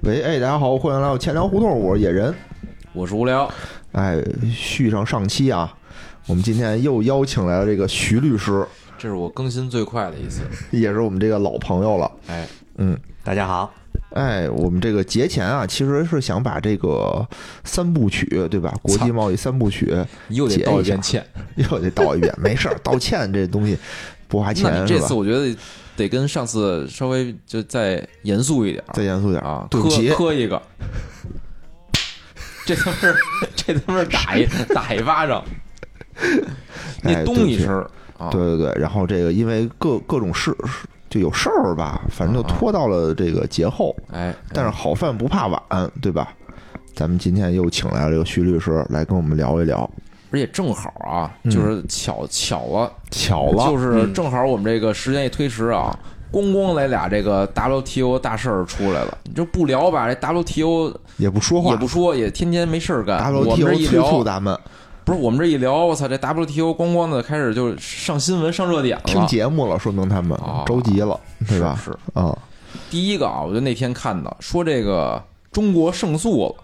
喂，哎，大家好，欢迎来到钱粮胡同，我是野人。我是无聊，哎，续上上期啊，我们今天又邀请来了这个徐律师，这是我更新最快的一次。也是我们这个老朋友了。哎，嗯，大家好，哎，我们这个节前啊，其实是想把这个三部曲，对吧？国际贸易三部曲你又得道一遍歉。又得道一遍，没事儿，道歉这东西不花那钱你这是吧次？我觉得得跟上次稍微就再严肃一点儿再严肃点儿啊，对磕不起，磕一个。这他妈是这他妈是打一打一巴掌，你哎咚对不一起声儿啊！对对对，然后这个因为各各种事就有事儿吧，反啊正就拖到了这个节后。哎，但是好饭不怕晚，对吧？咱们今天又请来了这个徐律师来跟我们聊一聊，而且正好啊，嗯就是巧巧了，巧就了，嗯是正好我们这个时间一推迟啊，咣咣来俩这个 WTO 大事儿出来了，你这不聊吧，这 WTO 也不说话也不说，也天天没事儿干。我们这，WTO 一催促聊，咱们不是我们这一聊，我操，这 WTO 咣咣的开始就上新闻、上热点了。听节目了，说明他们啊着急了，对吧？是是啊，第一个啊，我就那天看到说这个中国胜诉了，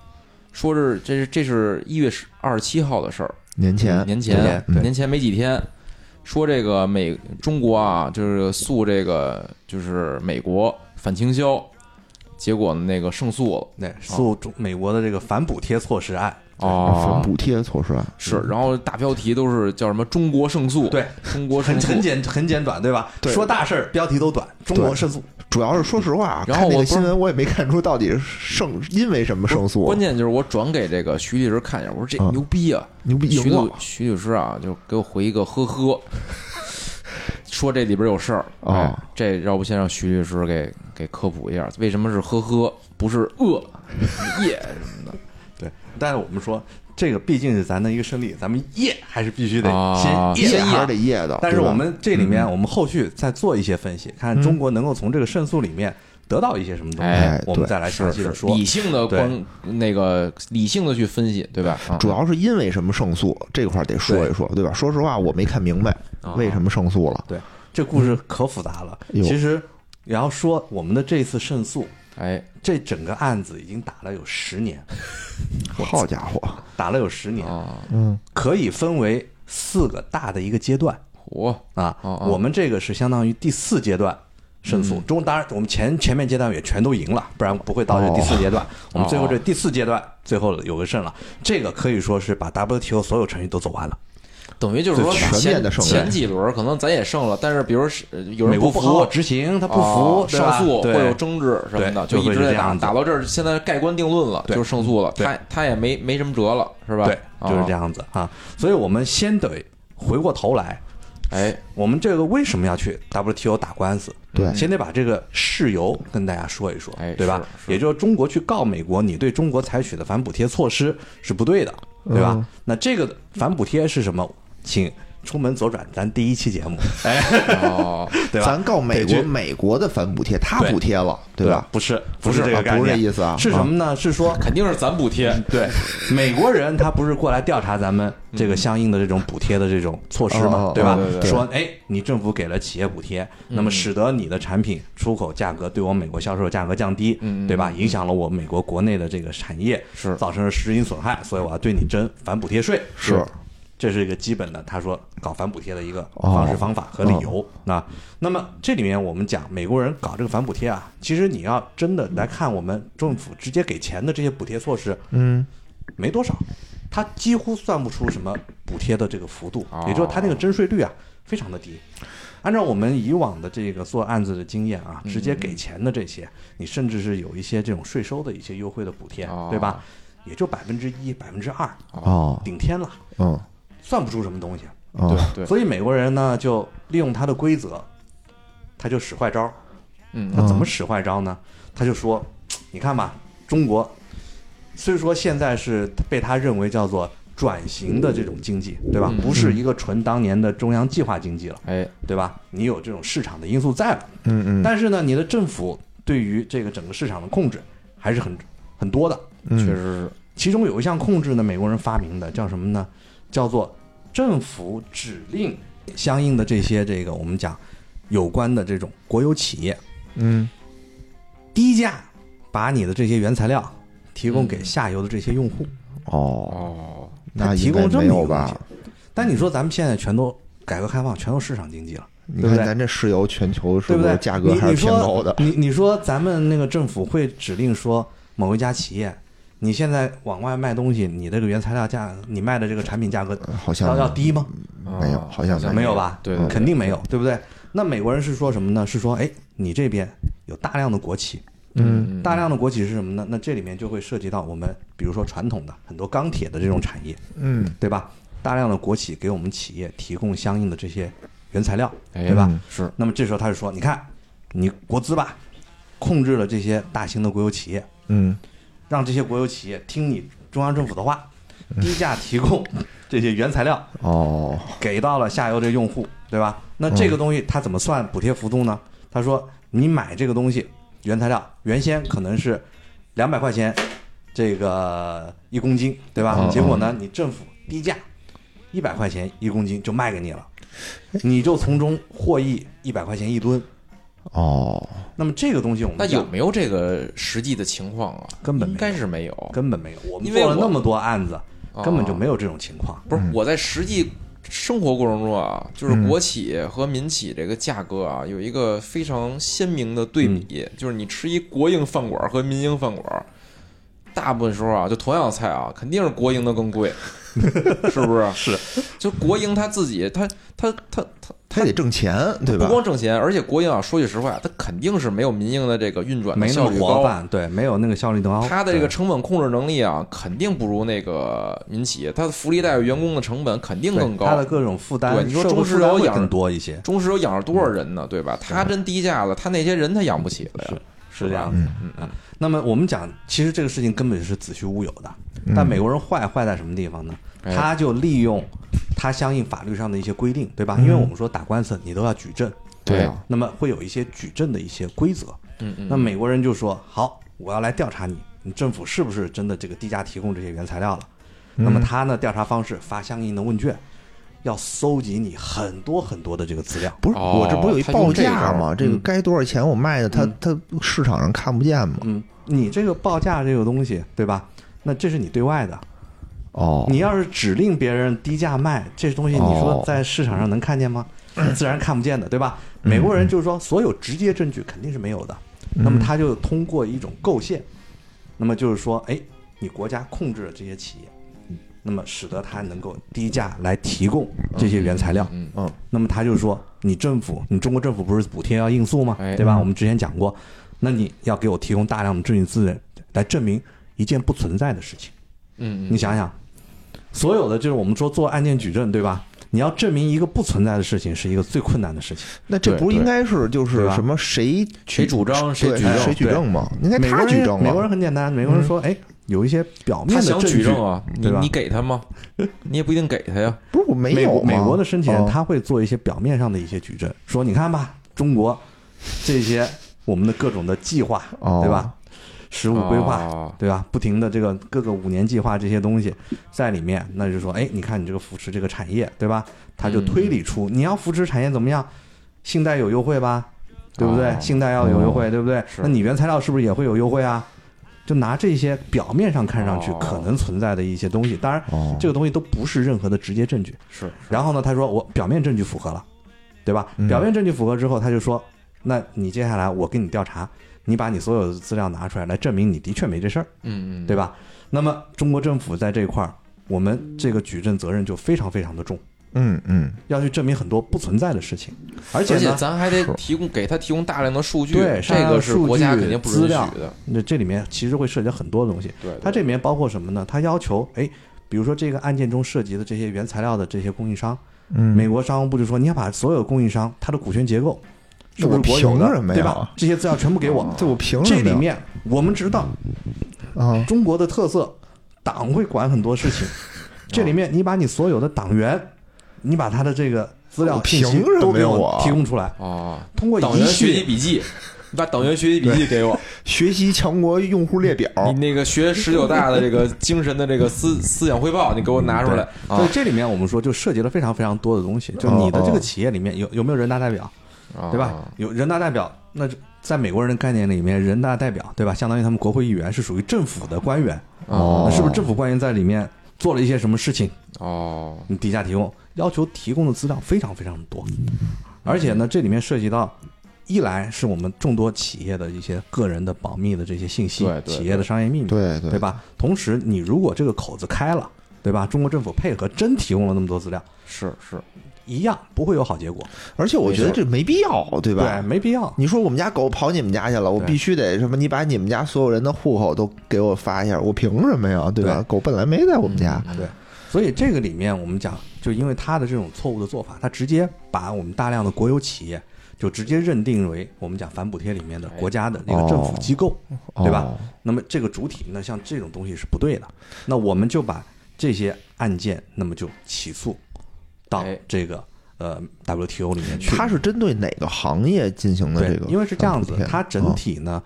说是这是这是一月二十七号的事儿，年前年对前吧嗯年前没几天，说这个美中国啊，就是诉这个就是美国反倾销，结果那个胜诉了。对，诉中美国的这个反补贴措施案，反补贴措施案啊啊嗯是，然后大标题都是叫什么“中国胜诉”，嗯对，中国胜很诉，很简很简短，哦对吧？对说大事儿，标题都短，中国胜诉，主要是说实话，啊然后看那个我不是新闻我也没看出到底是胜因为什么胜诉，关键就是我转给这个徐律师看一下，我说这嗯牛逼啊！牛逼徐赢律了徐律师啊，就给我回一个呵呵，说这里边有事儿啊哦哎这要不先让徐律师给给科普一下，为什么是呵呵，不是 呃耶什么对。但是我们说，这个毕竟是咱的一个胜利，咱们耶还是必须得啊先业耶一还下是得。业的，哦但是对吧我们这里面，我们后续再做一些分析，看中国能够从这个胜诉里面得到一些什么东哎西，我们对再来详的？细的是说。理性的对观那个理性的去分析，对吧？啊主要是因为什么胜诉这块儿得说一说，对吧？说实话，我没看明白啊为什么胜诉了。对，这故事可复杂了。嗯哟其实，也要说我们的这次胜诉，哎，这整个案子已经打了有十年，好家伙，打了有十年，啊，可以分为四个大的一个阶段我啊哦。嗯哦我们这个是相当于第四阶段胜诉，中当然我们前前面阶段也全都赢了，不哦然不会到这第四阶段。我们最后这第四阶段最后有个胜了，这个可以说是把 WTO 所有程序都走完了。等于就是说就全前面地胜利前几轮可能咱也胜了，但是比如是呃有美人国服不好好执行，他不服哦对吧上诉会对有争执什么的，对一就直会是在这打，样子打到这儿，现在盖棺定论了，对就是胜诉了，对他他也没没什么辙了，是吧？哦对，就是这样。样子啊。所以我们先得回过头来，哎，我们这个为什么要去 WTO 打官司？对先得把这个事由跟大家说一说哎，对吧？是是也就是中国去告美国，你对中国采取的反补贴措施是不对的，嗯对吧？那这个反补贴是什么？请出门左转，咱第一期节目，哎，哦，对吧？咱告美得国，去美国的反补贴，他对补贴了，对吧？不是，不不是这啊个概念，不是这意思啊是什么呢？是说肯定是咱补 贴，对，美国人他不是过来调查咱们这个相应的这种补贴的这种措施哦哦嘛，吧嗯对对？对嗯说，哎，你政府给了企业补贴，那么使得你的产品出口价格对我美国销售价格降低，对吧？影响了我美国国内的这个产业，嗯是造成了实质性损害，所以我要对你征反补贴税，是。这是一个基本的，他说搞反补贴的一个哦方式、方法和理由。那那么这里面我们讲美国人搞这个反补贴啊，其实你要真的来看我们政府直接给钱的这些补贴措施，嗯，没多少，它几乎算不出什么补贴的这个幅度哦，也就是它那个征税率啊，非常的低。按照我们以往的这个做案子的经验啊，嗯直接给钱的这些，你甚至是有一些这种税收的一些优惠的补贴哦，对吧？也就百分之一、百分之二，哦，顶天了，嗯，算不出什么东西。哦，对对，所以美国人呢，就利用他的规则，他就使坏招儿。嗯他怎么使坏招呢？他就说：“你看吧，中国虽说现在是被他认为叫做转型的这种经济，对吧？不是一个纯当年的中央计划经济了，哎，对吧？你有这种市场的因素在了，嗯嗯，但是呢，你的政府对于这个整个市场的控制还是很很多的。确嗯实是，其中有一项控制呢，美国人发明的叫什么呢？叫做政府指令相应的这些这个我们讲有关的这种国有企业嗯，低价把你的这些原材料提供给下游的这些用户，哦，哦，那嗯提应该供这么没一个有东吧西？。但你说咱们现在全都改革开放，全都市场经济了，你对不看对咱这石油全球是对不不对是？价格还是偏高的？你你说你你说咱们那个政府会指令说某一家企业，你现在往外卖东西，你这个原材料价，你卖的这个产品价格呃好要像要低吗？啊没有好像嗯没有吧？嗯对对对肯定没有，对不对？那美国人是说什么呢？是说，哎，你这边有大量的国企，嗯，大量的国企是什么呢？那这里面就会涉及到我们，比如说传统的很多钢铁的这种产业，嗯，对吧？大量的国企给我们企业提供相应的这些原材料，哎对吧？嗯是，那么这时候他就说，你看，你国资吧，控制了这些大型的国有企业，嗯，让这些国有企业听你中央政府的话，嗯低价提供这些原材料，哦，给到了下游这用户，对吧？那这个东西它怎么算补贴幅度呢？他说你买这个东西原材料，原先可能是两百块钱这个一公斤，对吧？嗯结果呢，你政府低价一百块钱一公斤就卖给你了，你就从中获益一百块钱一吨。哦，那么这个东西我们那有讲没有这个实际的情况啊？根本没有应该是没有，根本没有，我们因为做了我那么多案子，哦根本就没有这种情况。不是我在实际生活过程中啊，就是嗯国企和民企这个价格啊，有一个非常鲜明的对比，嗯就是你吃一国营饭馆和民营饭馆，大部分时候啊，就同样的菜啊，肯定是国营的更 贵，是不是？是，就国营他自己，他他他他他得挣钱，对吧不？光挣钱，而且国营啊，说句实话，它肯定是没有民营的这个运转的没那效么率活高。泛，对，没有那个效率高。它的这个对成本控制能力啊，肯定不如那个民企，它的福利待遇、员工的成本肯定对更高。它的各种负担，对你说社会中石负担油会养更着多一些，中石油养了多少人呢？对吧？他真低价了，他那些人他养不起了呀。是这样子。嗯嗯。那么我们讲，其实这个事情根本是子虚乌有的。但美国人坏坏在什么地方呢？嗯哎他就利用他相应法律上的一些规定，对吧？因为我们说打官司你都要举证，嗯对啊吧那么会有一些举证的一些规则。嗯嗯那美国人就说：“好，我要来调查你，你政府是不是真的这个低价提供这些原材料了？”嗯那么他呢，调查方式发相应的问卷，要搜集你很多很多的这个资料。不是，哦我这不有一他用报这个价嗯吗？这个该多少钱我卖的，他他市场上看不见吗？嗯，你这个报价这个东西，对吧？那这是你对外的，哦，你要是指令别人低价卖这东西，你说哦在市场上能看见吗？自然看不见的，对吧？美国人就是说，所有直接证据肯定是没有的，那么他就通过一种构陷，那么就是说，哎，你国家控制了这些企业，嗯那么使得它能够低价来提供这些原材料，嗯，嗯那么他就说，你政府，你中国政府不是补贴要应诉吗哎？对吧？我们之前讲过，那你要给我提供大量的证据资源来证明一件不存在的事情。嗯你嗯，想想，所有的就是我们说做案件举证，对吧？你要证明一个不存在的事情是一个最困难的事情。那这对不是对应该是就对是吧什么谁谁主张谁谁举证谁举证吗？应该美他国举人证美国人了。嗯很简单，美国人说，哎，有一些表面他的想证据举证啊，你对吧你给他 吗？你也不一定给他呀。不是我没美有国吗美国的申请人哦他会做一些表面上的一些举证，说你看吧，中国这些我们的各种的计划，哦对吧？食物规划，哦对吧？不停的这个各个五年计划这些东西在里面，那就说，哎，你看你这个扶持这个产业，对吧？他就推理出你要扶持产业怎么样，信贷有优惠吧，对不对？嗯哦信贷要有优惠，对不对？是那你原材料是不是也会有优惠啊？就拿这些表面上看上去哦可能存在的一些东西，当然哦这个东西都不是任何的直接证据。是，嗯然后呢，他说我表面证据符合了，对吧？表面证据符合之后，他就说，那你接下来我给你调查，你把你所有的资料拿出来，来证明你的确没这事儿，嗯嗯，对吧？那么中国政府在这一块儿，我们这个举证责任就非常非常的重，嗯嗯要去证明很多不存在的事情，而而且且呢，咱还得提供给他提供大量的数据，对这个是国家肯定不允许大量的数的。那这里面其实会涉及很多东西，对，对它这里面包括什么呢？它要求，哎，比如说这个案件中涉及的这些原材料的这些供应商，嗯，美国商务部就说你要把所有供应商它的股权结构是不那是我国有的凭什么呀哦对吧？这些资料全部给我。这我凭什这么里呀面我们知道啊中国的特色，党会管很多事情。这里面你把你所有的党员，你把他的这个资料我信息凭什么都给呀我我提供出来，哦，通过党一员学系习列笔记，你把党员学习笔记给我。学习强国用户列表嗯你那个学十九大的这 个精神的这个思思想汇报，你给我拿出来对所以这里面我们说就涉及了非常非常多的东西。就你的这个企业里面有有没有人大代表，啊，对吧？有人大代表，那就在美国人的概念里面，人大代表对吧？相当于他们国会议员是属于政府的官员，哦那是不是政府官员在里面做了一些什么事情？哦，你底价提供，要求提供的资料非常非常多，而且呢，这里面涉及到，一来是我们众多企业的一些个人的保密的这些信息，对对企业的商业秘密，对对对吧？同时，你如果这个口子开了，对吧？中国政府配合真提供了那么多资料，是是，一样不会有好结果，而且我觉得这没必要，对吧？对，没必要。你说我们家狗跑你们家去了，我对必须得什么？你把你们家所有人的户口都给我发一下，我凭什么呀？对吧？对嗯狗本来没在我们家，对，所以这个里面我们讲，就因为他的这种错误的做法，他直接把我们大量的国有企业就直接认定为我们讲反补贴里面的国家的那个政府机构，哦对吧？那么这个主体呢，像这种东西是不对的，那我们就把这些案件，那么就起诉到哎这个呃 WTO 里面去。它是针对哪个行业进行的对，这个反补贴？因为是这样子，它整哦体呢、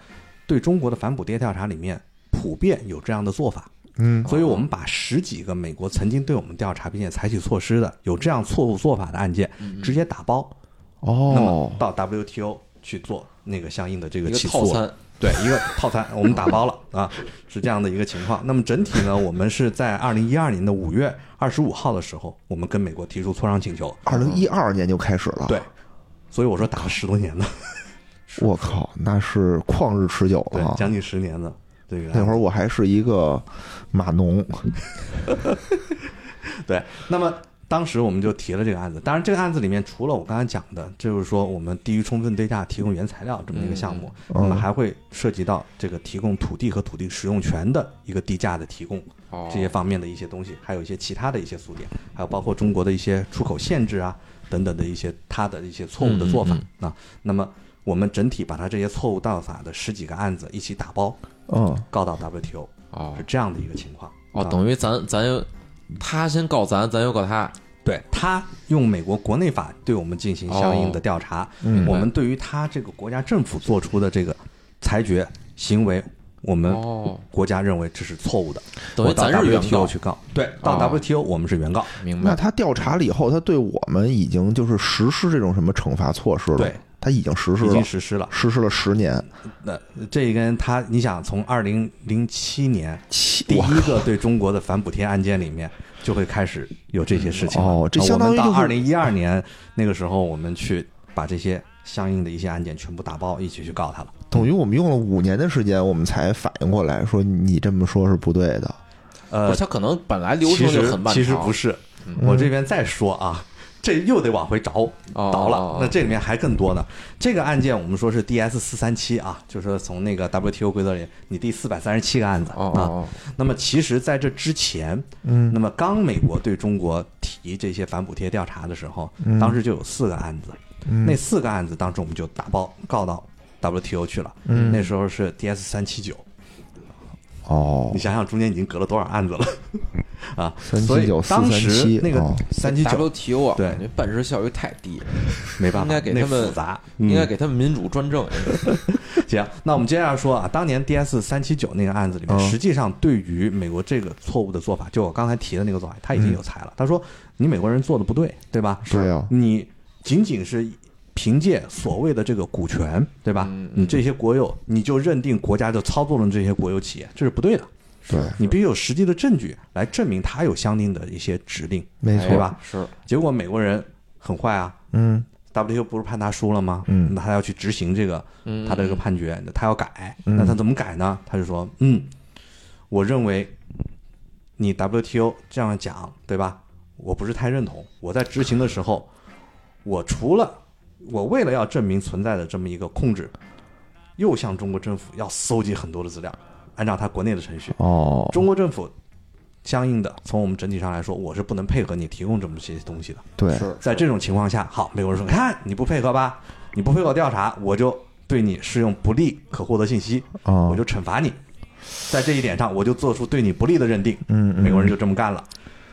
对中国的反补贴调查里面普遍有这样的做法。嗯所以我们把十几个美国曾经对我们调查并且采取措施的有这样错误做法的案件，嗯直接打包，那哦么，到 WTO 去做那个相应的这一个个起套诉。餐，对，一个套餐我们打包了啊，是这样的一个情况。那么整体呢，我们是在二零一二年的五月二十五号的时候，我们跟美国提出磋商请求。二零一二年就开始了，对，，所以我说打了十多年的，我靠，那是旷日持久对了啊，。将近十年的这个。那会儿儿我还是一个码农，对，那么当时我们就提了这个案子。当然，这个案子里面除了我刚才讲的，就是说我们低于充分对价提供原材料这么一个项目，嗯那么还会涉及到这个提供土地和土地使用权的一个地价的提供哦这些方面的一些东西，还有一些其他的一些诉点，还有包括中国的一些出口限制啊等等的一些它的一些错误的做法嗯啊。那么我们整体把它这些错误做法的十几个案子一起打包嗯，告到 WTO，哦是这样的一个情况。哦，啊等于咱咱又他先告咱，咱又告他，对他用美国国内法对我们进行相哦应的调查，嗯我们对于他这个国家政府做出的这个裁决行为，我们哦国家认为这是错误的，等于我到咱是原 WTO 告去告，对，到哦 WTO 我们是原告，明那白？他调查了以后，他对我们已经就是实施这种什么惩罚措施了，对，他已经实施啊已了经，实施了。实施了十年，那这跟他，你想从二零零七年七第哇一个对中国的反补贴案件里面，就会开始有这些事情了。哦这相当于我们到就二是零一二年那个时候，我们去把这些相应的一些案件全部打包，一起去告他了。等于我们用了五年的时间，我们才反应过来说你这么说是不对的。呃不是，，他可能本来流程就很漫长，嗯其实。其实不是，我这边再说啊，这又得往回找哦倒了。哦哦那这里面还更多呢。这个案件我们说是 DS 四三七啊，就是说从那个 WTO 规则里，你第四百三十七个案子哦啊。哦那么其实在这之前，嗯，那么刚美国对中国提这些反补贴调查的时候，当时就有四个案子，那四个案子当时我们就打包告到 WTO 去了。嗯，那时候是 DS 三七九，哦你，想想中间已经隔了多少案子了啊！ 379所以当时437那个哦三七哦九，WTO 啊，对感觉办事效率太低了，没办法，应该给那他们复杂， 应该嗯给他们民主专政。行。那我们接下来说啊，当年 DS 三七九那个案子里面，嗯实际上对于美国这个错误的做法，就我刚才提的那个做法，他已嗯经有裁了。他说你美国人做的不对，对吧？对啊你仅仅是。凭借所谓的这个股权，对吧？嗯你这些国有，你就认定国家就操纵了这些国有企业，这是不对的。对，你必须有实际的证据来证明他有相应的一些指令，没对错，哎吧？哎是，结果美国人很坏啊嗯，WTO 不是判他输了吗？嗯那他要去执行这个嗯他的这个判决，他要改，嗯那他怎么改呢？他就说，嗯，我认为你 WTO 这样讲，对吧？我不是太认同。我在执行的时候，我除了我为了要证明存在的这么一个控制，又向中国政府要搜集很多的资料，按照他国内的程序，哦，中国政府相应的从我们整体上来说，我是不能配合你提供这么些东西的。对，是在这种情况下，好，美国人说，看你不配合吧，你不配合调查，我就对你适用不利可获得信息，哦我就惩罚你。在这一点上，我就做出对你不利的认定。嗯哦嗯美国人就这么干了。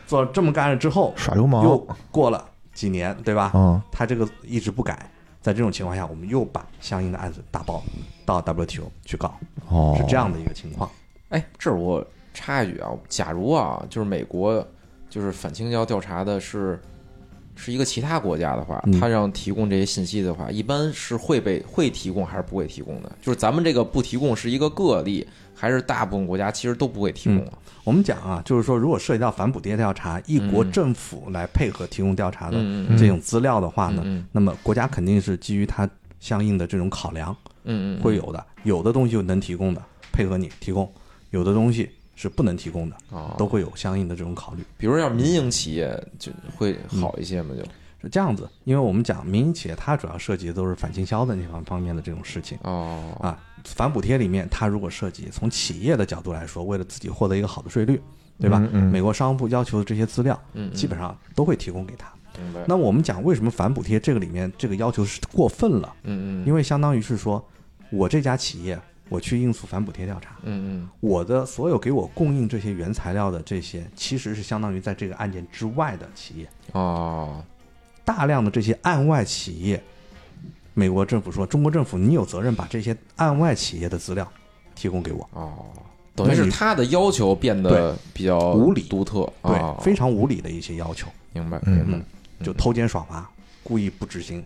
做这么干了之后，耍流氓，又过了几年，对吧？嗯他这个一直不改。在这种情况下，我们又把相应的案子打包到 WTO 去告，哦，是这样的一个情况。哎，这儿我插一句啊，假如啊，就是美国就是反倾销调查的是是一个其他国家的话，嗯他让提供这些信息的话，一般是会被会提供还是不会提供的？就是咱们这个不提供是一个个例，还是大部分国家其实都不会提供啊？我们讲啊，就是说，如果涉及到反补贴调查，一国政府来配合提供调查的嗯嗯这种资料的话呢，嗯那么国家肯定是基于它相应的这种考量，嗯嗯，会有的，有的东西能提供的配合你提供，有的东西是不能提供的，啊，都会有相应的这种考虑。比如要民营企业就会嗯好一些嘛，就是这样子，因为我们讲民营企业，它主要涉及的都是反倾销的那方方面的这种事情。哦，啊，反补贴里面，它如果涉及从企业的角度来说，为了自己获得一个好的税率，对吧？嗯嗯美国商务部要求的这些资料，嗯嗯基本上都会提供给他。明白，那我们讲为什么反补贴这个里面这个要求是过分了，嗯嗯因为相当于是说，我这家企业我去应诉反补贴调查，嗯嗯，我的所有给我供应这些原材料的这些，其实是相当于在这个案件之外的企业，哦，大量的这些案外企业，美国政府说，中国政府你有责任把这些案外企业的资料提供给我。哦，等于那是你他的要求变得比较无理独特，对，哦非常无理的一些要求，明白，嗯明白就偷奸耍滑，故意不执行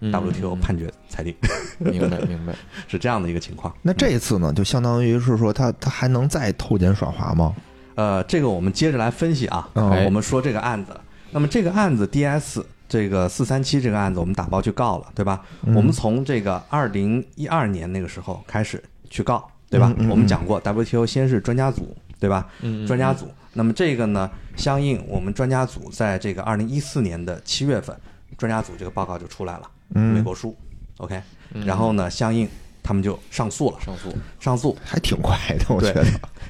嗯 WTO 判决裁定， 明白明白，是这样的一个情况。那这次呢，就相当于是说他他还能再偷奸耍滑吗？呃，这个我们接着来分析啊，哦呃我们说这个案子，那么这个案子 DS 这个四三七这个案子，我们打包去告了，对吧？嗯我们从这个二零一二年那个时候开始去告，对吧？嗯嗯嗯我们讲过 WTO 先是专家组，对吧？嗯专家组，那么这个呢，相应我们专家组在这个二零一四年的七月份，专家组这个报告就出来了，嗯美国书，OK，然后呢，相应他们就上嗯诉了，上诉，上诉还挺快的，我对觉得。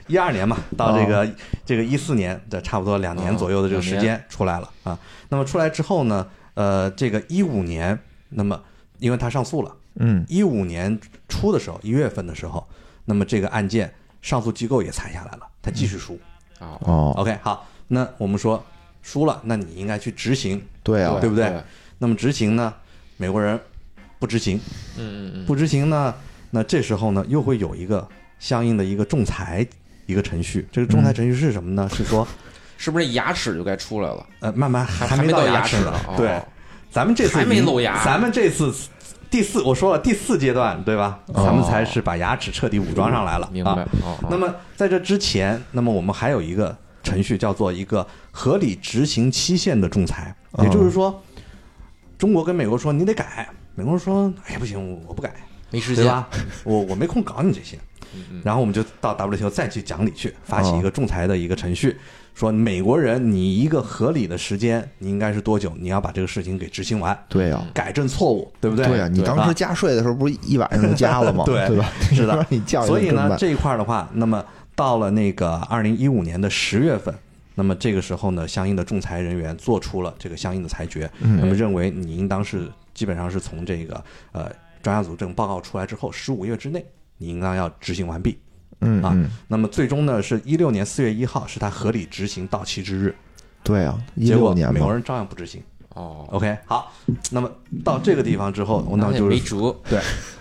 一二年嘛，到这个、这个一四年的差不多哦两年左右的这个时间出来了、啊。那么出来之后呢，呃，这个一五年，那么因为他上诉了，嗯一五年初的时候，一月份的时候，那么这个案件上诉机构也裁下来了，他继续输。啊，哦， OK，好，那我们说输了，那你应该去执行。对啊，对不对对？那么执行呢，美国人不执行，嗯嗯嗯，不执行呢，那这时候呢又会有一个相应的一个仲裁一个程序。这个仲裁程序是什么呢？是说是不是这牙齿就该出来了？呃，慢慢还没没到牙齿齿呢。呢哦对，咱们这次还没已经露牙咱们这次第四，我说了第四阶段对吧？哦咱们才是把牙齿彻底武装上来了。明白啊。哦，那么在这之前，那么我们还有一个程序叫做一个合理执行期限的仲裁，哦也就是说，中国跟美国说你得改，美国说哎呀不行，我我不改，没时对间，嗯吧？我我没空搞你这些。然后我们就到 WTO 再去讲理去，发起一哦个仲裁的一个程序，说美国人你一个合理的时间，你应该是多久？你要把这个事情给执行完，对啊，改正错误，对不对？对啊，你当时吧加税的时候不是一晚上就加了吗？对对吧？ 是的 你叫所以呢，这这一块儿的话，那么到了那个二零一五年的十月份。那么这个时候呢，相应的仲裁人员做出了这个相应的裁决，嗯那么认为你应当是基本上是从这个呃专家组这种报告出来之后十五个月之内，你应当要执行完毕。嗯啊嗯，那么最终呢，是一六年四月一号是他合理执行到期之日，对啊，一结六果年美国嘛，人照样不执行。哦， OK，好，那么到这个地方之后，我那那也就没是辙，对，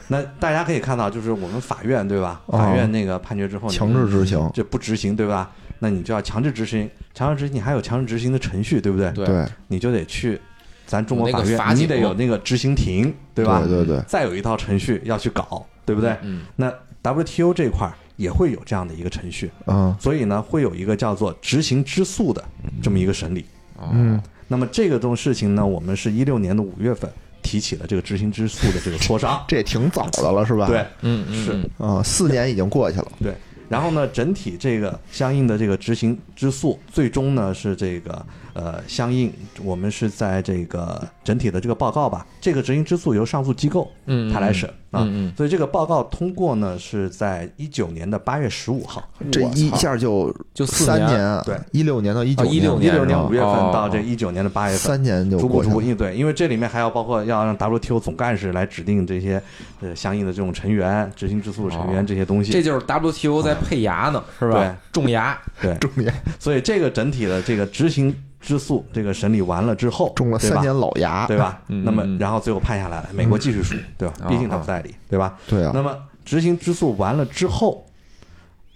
那大家可以看到，就是我们法院对吧？哦法院那个判决之后，强制执行，这不执行对吧？那你就要强制执行，强制执行你还有强制执行的程序对不对？对对你就得去咱中国有那法个院，法你警得有那个执行庭对吧？对对对，再有一套程序要去搞，对不对？嗯，那 WTO 这块儿也会有这样的一个程序，嗯所以呢，会有一个叫做执行之诉的这么一个审理。哦嗯，，那么这个东事情呢，我们是一六年的五月份提起了这个执行之诉的这个磋商 这也挺早的了，是吧？对嗯嗯是嗯啊，四年已经过去了，对。然后呢，整体这个相应的这个执行之诉，最终呢是这个呃相应我们是在这个整体的这个报告吧，这个执行之诉由上诉机构嗯，他来审啊，嗯嗯所以这个报告通过呢是在一九年的八月十五号，这我操一下就就四三年年，对，一六年到一九哦16一年六是年吧五月份哦到这一九年的八月份，三年就逐步过去逐步，了，因为对，因为这里面还要包括要让 WTO 总干事来指定这些呃相应的这种成员、执行之诉成员这些东西。哦这就是 WTO 在配牙呢，是吧？种牙，对，中年所以这个整体的这个执行之诉这个审理完了之后，中了对三吧年老牙，对吧？嗯那么嗯然后最后判下来了，美国继续输，对吧？哦毕竟他不在理，对吧？对啊那，么执行之诉完了之后，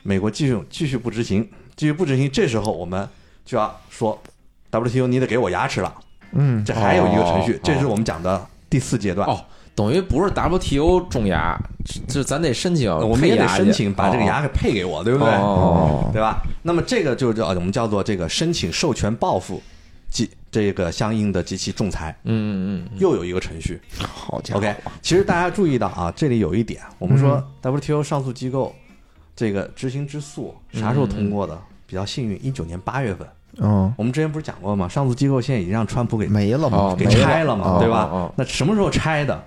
美国继续继续不执行，继续不执行，这时候我们就要说 WTO 你得给我牙齿了，嗯这还有一个程序哦，这是我们讲的第四阶段。哦，等于不是 WTO 种牙，这这咱得申请，那我们也呃配得牙去申请把这个牙给配给我，对不对？哦对吧？那么这个就叫我们叫做这个申请授权报复及这个相应的及其仲裁，嗯嗯嗯，又有一个程序。好嗯家伙 OK，其实大家注意到啊，这里有一点，我们说 WTO 上诉机构这个执行之诉啥时候通过的？比较幸运，一九年八月份。嗯，我们之前不是讲过吗？上诉机构现在已经让川普给没了嘛哦，给没拆了嘛，哦对吧？哦哦那什么时候拆的？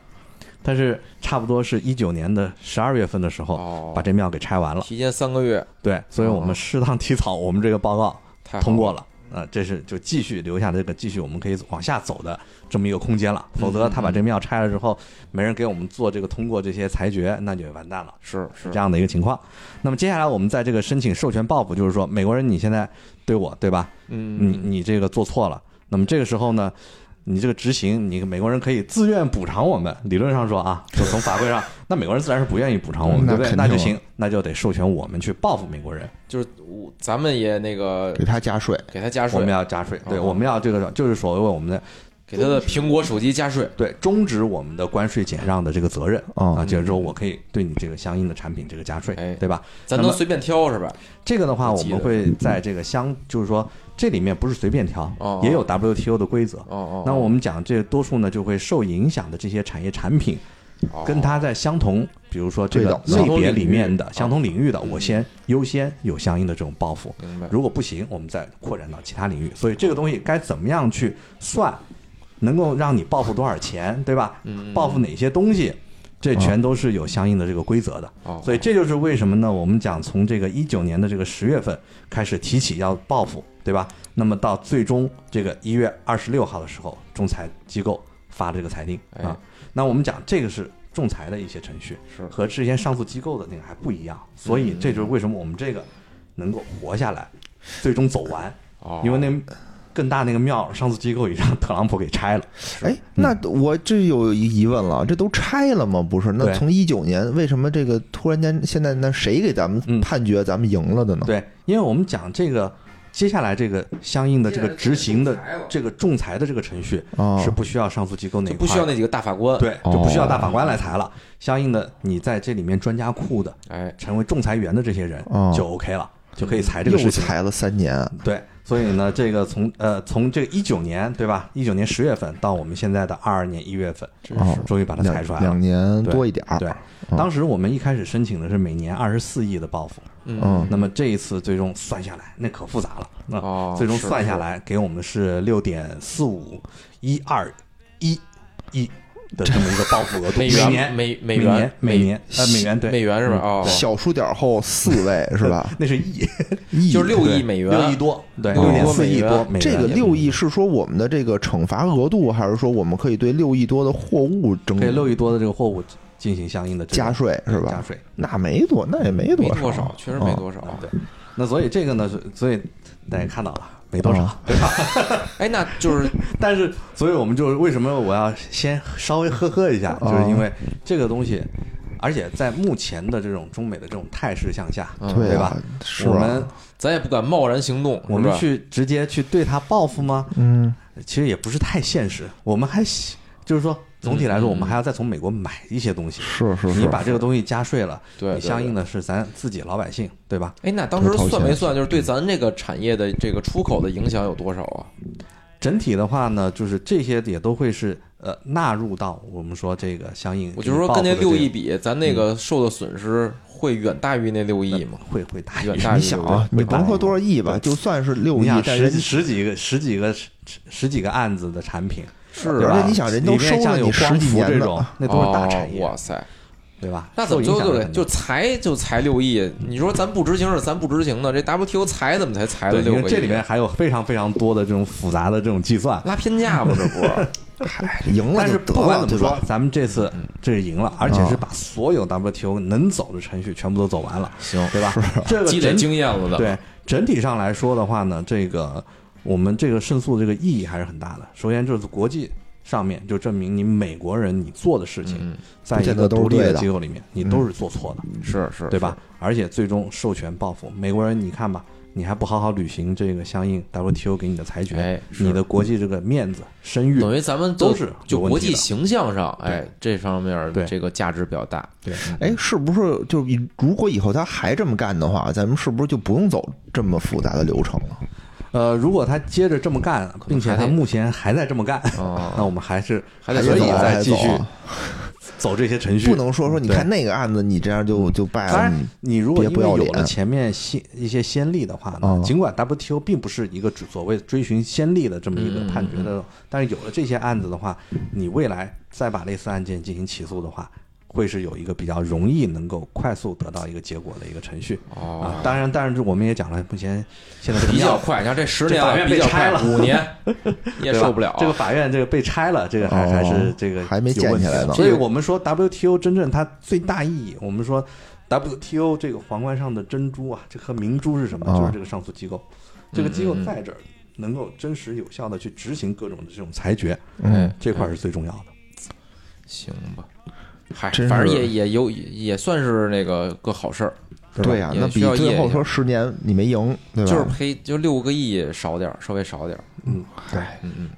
但是差不多是一九年的十二月份的时候，哦把这庙给拆完了。提前三个月，对，所以我们适当提早，我们这个报告太好通过了。呃，这是就继续留下这个继续我们可以往下走的这么一个空间了，否则他把这庙拆了之后，没人给我们做这个通过这些裁决，那就完蛋了。是是这样的一个情况。那么接下来我们在这个申请授权报复，就是说美国人你现在对我对吧？嗯你你这个做错了，那么这个时候呢，你这个执行，你美国人可以自愿补偿我们。理论上说啊，就从法规上，那美国人自然是不愿意补偿我们，那对不对？肯定那啊就行，那就得授权我们去报复美国人，就是我咱们也那个给他加税，给他加我税们，要加税，对，哦我们要这个就是所谓我们的给他的苹果手机加税，对终止我们的关税减让的这个责任哦啊，就是说我可以对你这个相应的产品这个加税嗯哎，对吧？咱那能么随便挑是吧？这个的话，我我记们得会在这个相，就是说这里面不是随便挑哦，也有 WTO 的规则。哦哦，那我们讲这多数呢，就会受影响的这些产业产品，哦跟它在相同，比如说这个对类的别里面的相相同领域的，我先优先有相应的这种报复。明白如果不行，我们再扩展到其他领域。所以这个东西该怎么样去算，能够让你报复多少钱，对吧？嗯报复哪些东西，这全都是有相应的这个规则的。哦所以这就是为什么呢？我们讲从这个一九年的这个十月份开始提起要报复，对吧？那么到最终这个一月二十六号的时候，仲裁机构发了这个裁定哎啊。那我们讲这个是仲裁的一些程序，是嗯和之前上诉机构的那个还不一样，所以这就是为什么我们这个能够活下来，最终走完，哦，因为那更大那个庙上诉机构也让特朗普给拆了。哎，嗯那我这有一疑问了，这都拆了吗？不是，那对从一九年为什么这个突然间现在那谁给咱嗯们判决咱们赢了的呢？对，因为我们讲这个接下来这个相应的这个执行的接下来这个仲裁啊的这个程序哦是不需要上诉机构那一就块不儿需要的那几个大法官，，对，就不需要哦大法官来裁了。相应的，你在这里面专家库的哎，成为仲裁员的这些人哦就 OK 了，就可以裁这个又事情。裁了三年，对，所以呢，这个从呃从这个一九年对吧，一九年十月份到我们现在的二二年一月份，哦终嗯于把它裁两出来了两。年对多一点儿。对，当时我们一开始申请的是每年二十四亿的报复，嗯，那么这一次最终算下来，那可复杂了。那、哦最终是算是下来给我们是六点四五一二一一的这么一个报复额 度，美每元年美美每年元每年呃美元对美元是吧？哦，小数点后四 位是吧？那是亿，亿就是六亿美元， 六亿多，对，六亿点多四美亿元多美元。这个嗯六亿是说我们的这个惩罚额度，还是说我们可以对六亿多的货物征给六亿多的这个货物进行相应的这个加税是吧？加税。那没多，那也没没少，嗯多少，确实没多少。哦哦对，那所以这个呢，是所以大家看到了没多少哦，对吧？哎，那就是但是，所以我们就是为什么我要先稍微呵呵一下，哦就是因为这个东西，而且在目前的这种中美的这种态势向下，嗯对对吧啊？是我啊们咱也不敢贸然行动，我是们吧去直接去对他报复吗？嗯，其实也不是太现实。我们还喜就是说，总体来说，我们还要再从美国买一些东西。是是是，你把这个东西加税了，对对你相应的是咱自己老百姓，对吧？哎，那当时算没算就是对咱这个产业的这个出口的影响有多少啊？整体的话呢，就是这些也都会是呃纳入到我们说这个相应。我就是说跟那六亿比，咱嗯那个受的损失会远大于那六亿嘛？会会大 于远大于你想啊，会你大于甭说多少亿吧，对就算是六你亿，想但十人十几个十几个十十几个案子的产品，是对而吧吧且？你想人都里面收了啊像有你十光几伏年这的种，那都是大哦产业，哇塞，对吧？那怎么就受影响就的得很就多裁就裁六亿？你说咱不执行是咱不执行的，这 WTO 裁怎么才裁了对，六因为个亿？这里面还有非常非常多的这种复杂的这种计算。拉偏架吧，这不是？嗨，赢了但就是得不管了，怎么对说吧？，啊咱们这次这是赢了，而且是把所有 WTO 能走的程序全部都走完了，行对吧？ 这个积累整经验了的，对，整体上来说的话呢，这个我们这个胜诉这个意义还是很大的。首先就是国际上面就证明你美国人你做的事情，嗯在不一见个得都是独立对的的嗯机构里面，你都是做错的，是是，对吧？而且最终授权报复，美国人你看吧，你还不好好履行这个相应 WTO 给你的裁决，哎是你的国际这个面子、声誉，等于咱们都都是有就问国题际的形象上，对哎，这方面儿对这个价值比较大。对，哎，是不是就是以如果以后他还这么干的话，咱们是不是就不用走这么复杂的流程了？呃，如果他接着这么干，并且他还得目前还在这么干，哦那我们还是还得可以走啊再继续还得走啊走这些程序。不能说说你对看那个案子，你这样就就败当了然。，你如果别因啊不为要有脸了前面先一些先例的话呢嗯，尽管 WTO 并不是一个只所谓追寻先例的这么一个判决的，但是有了这些案子的话，你未来再把类似案件进行起诉的话，会是有一个比较容易能够快速得到一个结果的一个程序啊哦。，当然，当然我们也讲了，目前现在这 个比较庙快，像这十这年法啊院比被较快，拆了五年 也对吧受不了啊。这个法院这个被拆了，这个还、还是哦这个还没有建起问题的来呢所以我们说 WTO 真正它最大意义，我们说 WTO 这个皇冠上的珍珠啊，这颗明珠是什么？哦就是这个上诉机构，这个机构嗯嗯嗯在这儿能够真实有效的去执行各种的这种裁决，嗯哎嗯这块儿是最重要的。行吧，嗨，真反正是也也有也算是那个个好事儿，对吧对呀、啊也那比需要业最后绩说十年你没赢，对吧？就是赔就六个亿少点儿，稍微少点儿。嗯，对，哎，嗯嗯，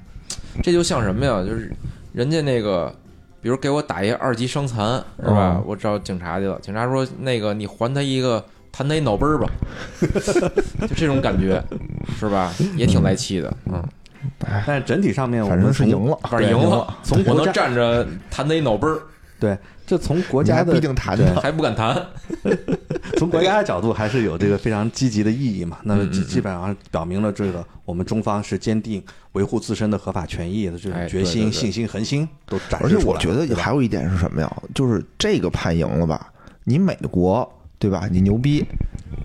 这就像什么呀？就是人家那个，比如给我打一二级伤残，是吧？哦我找警察去了，警察说那个你还他一个，弹他一脑杯儿吧， 就这种感觉，是吧？也挺来气的，嗯，但是整体上面哎我反们正是从赢了。反正对赢赢了了，从我国能家站着弹他一脑杯儿，对，这从国你家还不的一定谈对呢。还不敢弹， 从国家的角度还是有这个非常积极的意义嘛。那么嗯嗯基嗯基本上表明了这个我们中方是坚定维护自身的合法权益的这哎种决对对心、对信心、恒心都展而示且出来我了。觉得对吧还有一点是什么呀？就是这个判赢了吧？你美国对吧？你牛逼，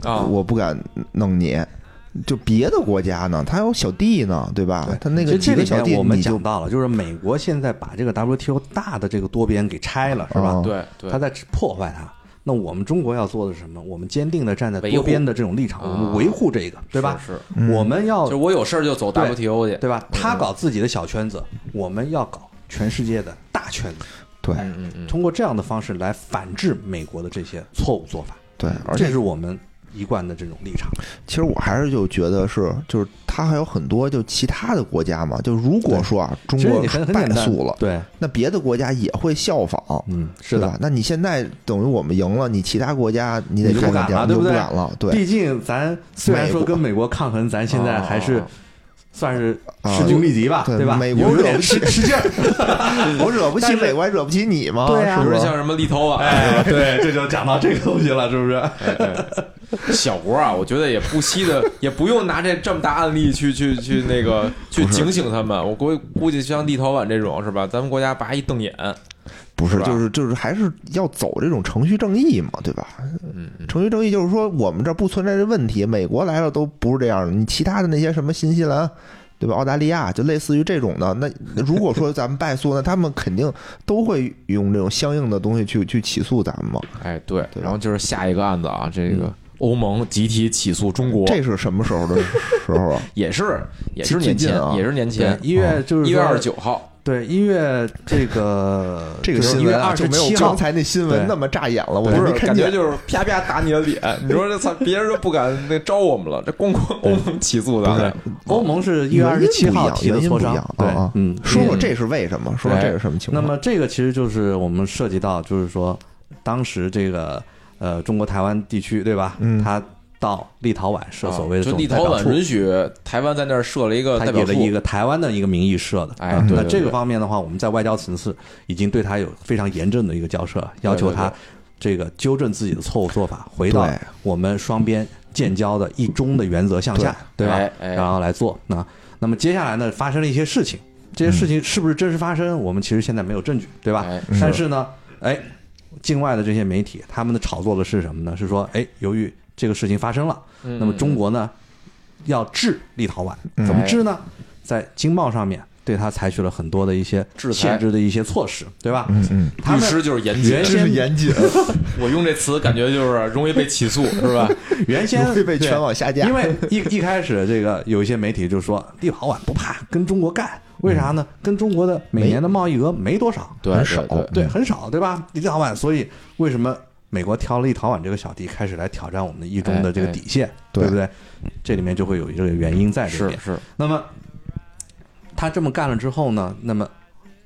啊，我不敢弄你。就别的国家呢，他有小弟呢，对吧？对他那个其实几这里个小面弟，我们你就讲到了，就是美国现在把这个 WTO 大的这个多边给拆了，是吧哦？对对他，在破坏它。那我们中国要做的是什么？我们坚定的站在维多护边的这种立场，我啊们维护这个，对吧？是，是嗯我们要就是我有事儿就走对 WTO 去，对吧？他搞自己的小圈子，我们要搞全世界的大圈子。对嗯嗯嗯，通过这样的方式来反制美国的这些错误做法，对。而这且是我们一贯的这种立场。其实我还是就觉得是，就是他还有很多就其他的国家嘛，就如果说啊，中其实国你很很败简单诉了，对，那别的国家也会效仿，嗯，是对的吧，？那你现在等于我们赢了，你其他国家你得你就看不看敢点，了你就对不不对敢了，对，毕竟咱虽然说跟美国抗衡，咱现在还是哦算是啊势均力敌吧，对吧？美国有点惹 吃不吃劲儿，我惹不但起是美国，还惹不起你吗？对啊是不不是是？像什么立陶宛，哎，对，这就讲到这个东西了，是不是？哎哎小国啊，我觉得也不惜 的，也不用拿这这么大案例去去去那个去警醒他们。我估估计像立陶宛这种是吧？咱们国家叭一瞪眼，不是是，吧就是就是还是要走这种程序正义嘛，对吧？嗯，程序正义就是说我们这儿不存在这问题，美国来了都不是这样的，你其他的那些什么新西兰。对吧？澳大利亚就类似于这种的， 那那如果说咱们败诉，那他们肯定都会用这种相应的东西去去起诉咱们嘛。哎对。对然后就是下一个案子啊，这嗯个欧盟集体起诉中国，这是什么时候的时候 啊？也是也是最年近前，啊也是年前一哦月就是一说月二十，九号，对，一月这个 这个就是新一月闻啊二就十没有七刚号。才那新闻对那么扎眼了，我不都是没看感觉见。就是啪啪打你的脸，你说这操，别人都不敢那招我们了，这光光欧盟起诉不的是，欧盟是一月二原因十不一样七号提的原因磋不一商样，对啊啊，嗯，说说嗯这是为什么？说说这是什么情那况？么这个其实就是我们涉及到，就是说当时这个呃中国台湾地区对吧？嗯他到立陶宛设所哦啊就谓的这种立代陶表宛处，允许台湾在那儿设了一个他代给表处了，一个台湾的一个名义设的。哎啊对那对这个对方面的话，我们在外交层次已经对他有非常严正的一个交涉，要求他对这个纠正自己的错误做法，回到对我们双边建交的一中的原则向下，对吧？哎哎然后来做。那那么接下来呢，发生了一些事情，这些事情是不是真实发生？我们其实现在没有证据，对吧？哎但是呢，哎，境外的这些媒体他们的炒作的是什么呢？是说，哎，由于这个事情发生了，嗯那么中国呢要治立陶宛，嗯怎么治呢？在经贸上面对它采取了很多的一些制裁限制的一些措施，对吧？嗯，他律们师就是严谨，原先严谨，我用这词感觉就是容易被起诉，是 吧？原先会被全对网下架。因为一一开始这个有一些媒体就说立陶宛不怕跟中国干，为啥呢？嗯跟中国的每年的贸易额没多少，对很少对对对，很少，对吧？立陶宛，所以为什么美国挑了立陶宛这个小弟，开始来挑战我们的一中哎的这个哎底线，对不对？这里面就会有这个原因在里是面。是，那么他这么干了之后呢，那么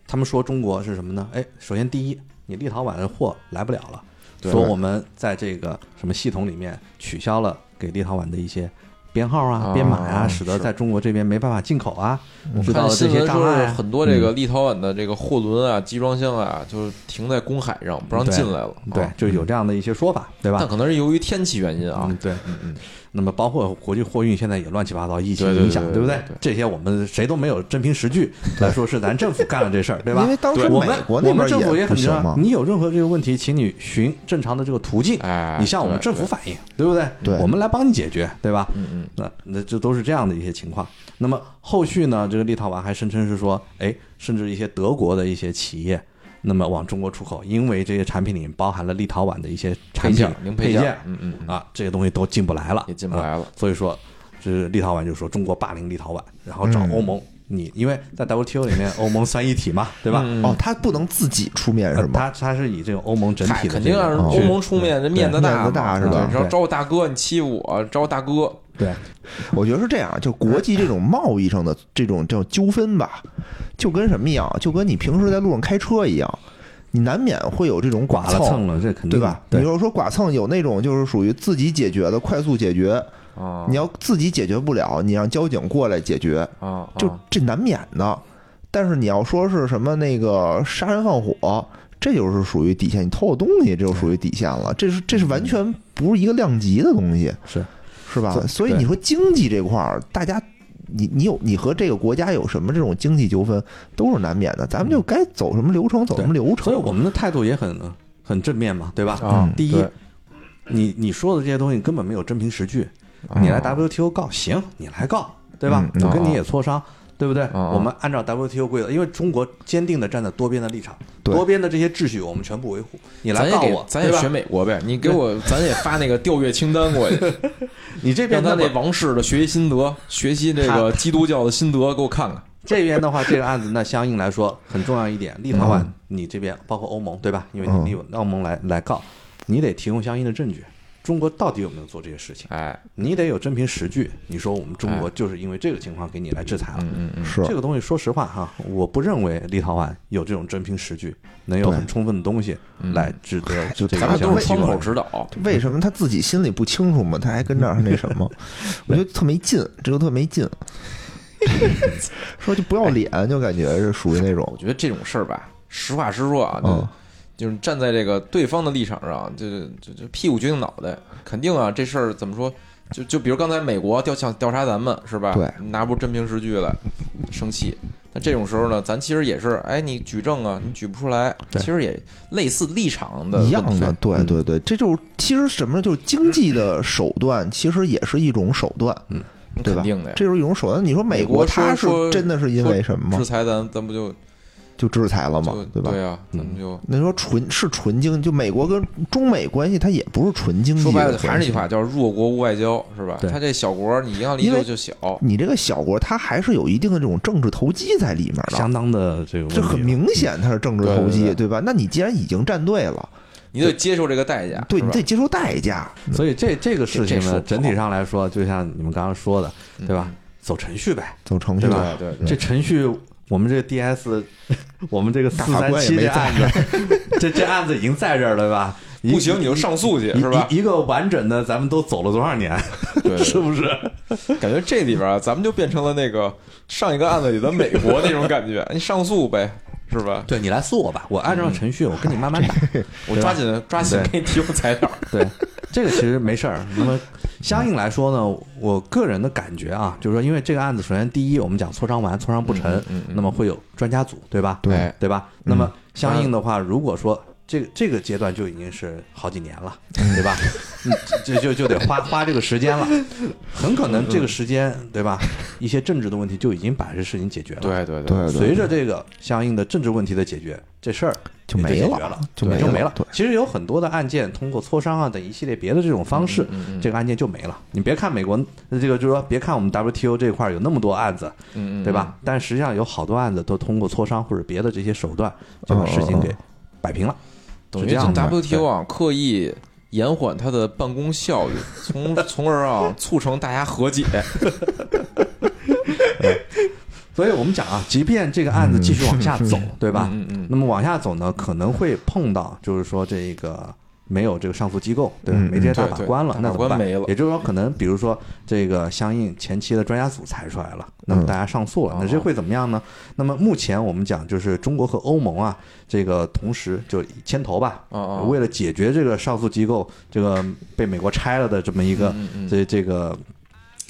他们说中国是什么呢？哎，首先第一，你立陶宛的货来不了了，对说我们在这个什么系统里面取消了给立陶宛的一些编号啊、啊编码啊，是使得在中国这边没办法进口啊，知看道了这新些闻障说碍是啊。很多这个立陶宛的这个货轮啊、集装箱啊，就是停在公海上不让对进来了。对啊，就有这样的一些说法，对吧但？可能是由于天气原因啊嗯，，对，嗯嗯，那么包括国际货运现在也乱七八糟，疫情对对影响，对不对对对？这些我们谁都没有真凭实据来说是咱政府干了这事儿，对吧？因为当时对我们美国我那们边政府也不很行知道嘛，，你有任何这个问题，请你循正常的这个途径，哎，你向我们对政府，反映，对不对？对我们来帮你解决，对吧？对嗯嗯，那那这都是这样的一些情况。那么后续呢，这个立陶宛还声称是说，哎，甚至一些德国的一些企业，那么往中国出口，因为这些产品里面包含了立陶宛的一些配产品件零配件件儿，嗯嗯，嗯啊，这些东西都进不来了，也进不啊来了。所以说，就是立陶宛就说中国霸凌立陶宛，然后找嗯欧盟，你因为在 WTO 里面欧盟算一体 嘛，对吧？嗯哦，他不能自己出面哎是呃吗？它它是以这种欧盟整嗨体的哎肯这定个嗯让人哦欧盟出面，人面子面大嘛，子大是吧对然后对找我大哥，你欺负我，找我大哥，对我觉得是这样，就国际这种贸易上的这种这种纠纷吧，就跟什么一样，就跟你平时在路上开车一样，你难免会有这种剐剐了蹭蹭，了，这肯定对吧？你对要说剐蹭，有那种就是属于自己解决的快速解决，啊，你要自己解决不了，你让交警过来解决，啊，就啊这难免的。但是你要说是什么那个杀人放火，这就是属于底线，你偷我东西，这就属于底线了。这是这是完全不是一个量级的东西，是是吧对？所以你说经济这块儿，大家。你你有你和这个国家有什么这种经济纠纷都是难免的，咱们就该走什么流程走什么流程。嗯所以我们的态度也很很正面嘛，对吧？啊嗯，第一对，你你说的这些东西根本没有真凭实据，你来 WTO 告行，你来告，对吧？嗯我跟啊你也磋商，对不对？啊我们按照 WTO 规则，因为中国坚定的站在多边的立场，对多边的这些秩序我们全部维护。你咱来也告给我，咱也对吧学美国呗，你给我，咱也发那个调阅清单过去，你这边让他那那么王室的学习心得，学习这个基督教的心得，给我看看。这边的话，这个案子那相应来说很重要一点，立陶宛嗯你这边包括欧盟对吧？因为你立欧盟来来告，你得提供相应的证据。中国到底有没有做这些事情？哎，你得有真凭实据。你说我们中国就是因为这个情况给你来制裁了，嗯嗯，是这个东西说实话哈，我不认为立陶宛有这种真凭实据，能有对很充分的东西嗯来值得就这咱们个都相是窗口关。指导，为什么他自己心里不清楚嘛？他还跟这儿那什 么，我觉得特没劲，这就特没劲。说就不要脸，就感觉是属于那种我觉得这种事儿吧，实话实说啊，嗯就就是站在这个对方的立场上，就就就屁股决定脑袋，肯定啊，这事儿怎么说？就就比如刚才美国调想调查咱们是吧？对拿不出真凭实据来，生气。那这种时候呢，咱其实也是，哎，你举证啊，你举不出来，对其实也类似立场的一样问题的，对嗯对对，这就是其实什么呢？就是经济的手段，其实也是一种手段，对吧肯定的呀。这就是一种手段。你说美美国说它是说真的是因为什么制吗？裁咱，咱不就就制裁了嘛就，对吧？对啊，嗯咱们就那你说纯是纯经，就美国跟中美关系，它也不是纯经济。说白了，还是那句话，，叫弱国无外交，是吧？对他这小国，你影响力因为就就小，你这个小国，它还是有一定的这种政治投机在里面的。相当的这个问题这很明显，它是政治投对对机，对对吧？那你既然已经站队了，你得接受这个代价。对是你吧得接受代价。所以这这个事这情这说呢，不好整体上来说，就像你们刚刚说的，嗯对吧？走程序呗，走程序对对吧吧，对嗯这程序，我们这 个 DS，我们这个大四法三官也七没这案子， 这这案子已经在这儿了吧？一不行你就上诉去，一是吧？一一个完整的，咱们都走了多少年，对， 是不是？感觉这里边啊，咱们就变成了那个上一个案子里的美国那种感觉，你上诉呗，是吧？对你来诉我吧，我按照程序，我跟你慢慢打。我抓紧抓紧对给你提供材料。 对，这个其实没事儿。那么相应来说呢，我个人的感觉啊，就是说，因为这个案子，首先第一，我们讲磋商完，磋商不成，嗯嗯嗯那么会有专家组，对吧？对嗯对吧？那么相应的话，如果说这个这个阶段就已经是好几年 了，对吧？嗯就就就得花花这个时间了，很可能这个时间，对吧？一些政治的问题就已经把这事情解决了。对对对对，随着这个相应的政治问题的解决，这事儿就也没解决了了，就对没就了没了对。其实有很多的案件通过磋商啊等一系列别的这种方式，嗯嗯嗯这个案件就没了。你别看美国呃这个，就是说别看我们 WTO 这块儿有那么多案子，嗯嗯，对吧？但实际上有好多案子都通过磋商或者别的这些手段就把事情给摆平了。等是于这样的。 WTO 啊，刻意延缓它的办公效率，从从而啊促成大家和解。 所以我们讲啊，即便这个案子继续往下走，对吧？嗯嗯那么往下走呢，可能会碰到就是说这个没有这个上诉机构，对吧，嗯没这些大对法对官了，大那法怎么官办？没了也就是说，可能比如说这个相应前期的专家组裁出来嗯了，那么大家上哦诉了，那这会怎么样呢？那么目前我们讲就是中国和欧盟啊，这个同时就牵头吧，哦哦为了解决这个上诉机构这个被美国拆了的这么一个、嗯嗯这这个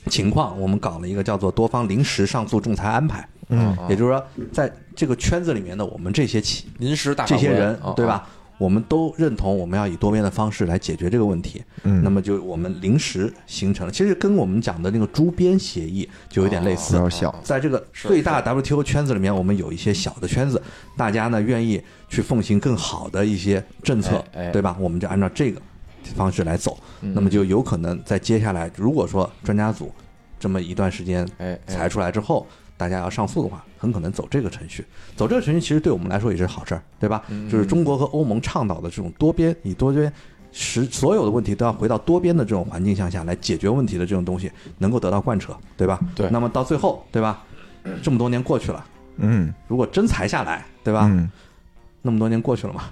情况，我们搞了一个叫做多方临时上诉仲裁安排。哦嗯也就是说，在这个圈子里面的我们这些企临时大法这官些人啊，对？吧？我们都认同我们要以多边的方式来解决这个问题。嗯那么就我们临时形成了，其实跟我们讲的那个周边协议就有点类似有。点像，在这个是最大 WTO 圈子里面，我们有一些小的圈子，大家呢愿意去奉行更好的一些政策哎哎，嗯对吧？我们就按照这个方式来走，那么就有可能在接下来，如果说专家组这么一段时间哎嗯哎裁出来之后，大家要上诉的话，很可能走这个程序。走这个程序其实对我们来说也是好事儿，对吧？嗯就是中国和欧盟倡导的这种多边以多边。使所有的问题都要回到多边的这种环境向下来解决问题的这种东西，能够得到贯彻，对吧？对那么到最后，对吧？这么多年过去了，嗯如果真裁下来，对吧？嗯那么多年过 去了嘛，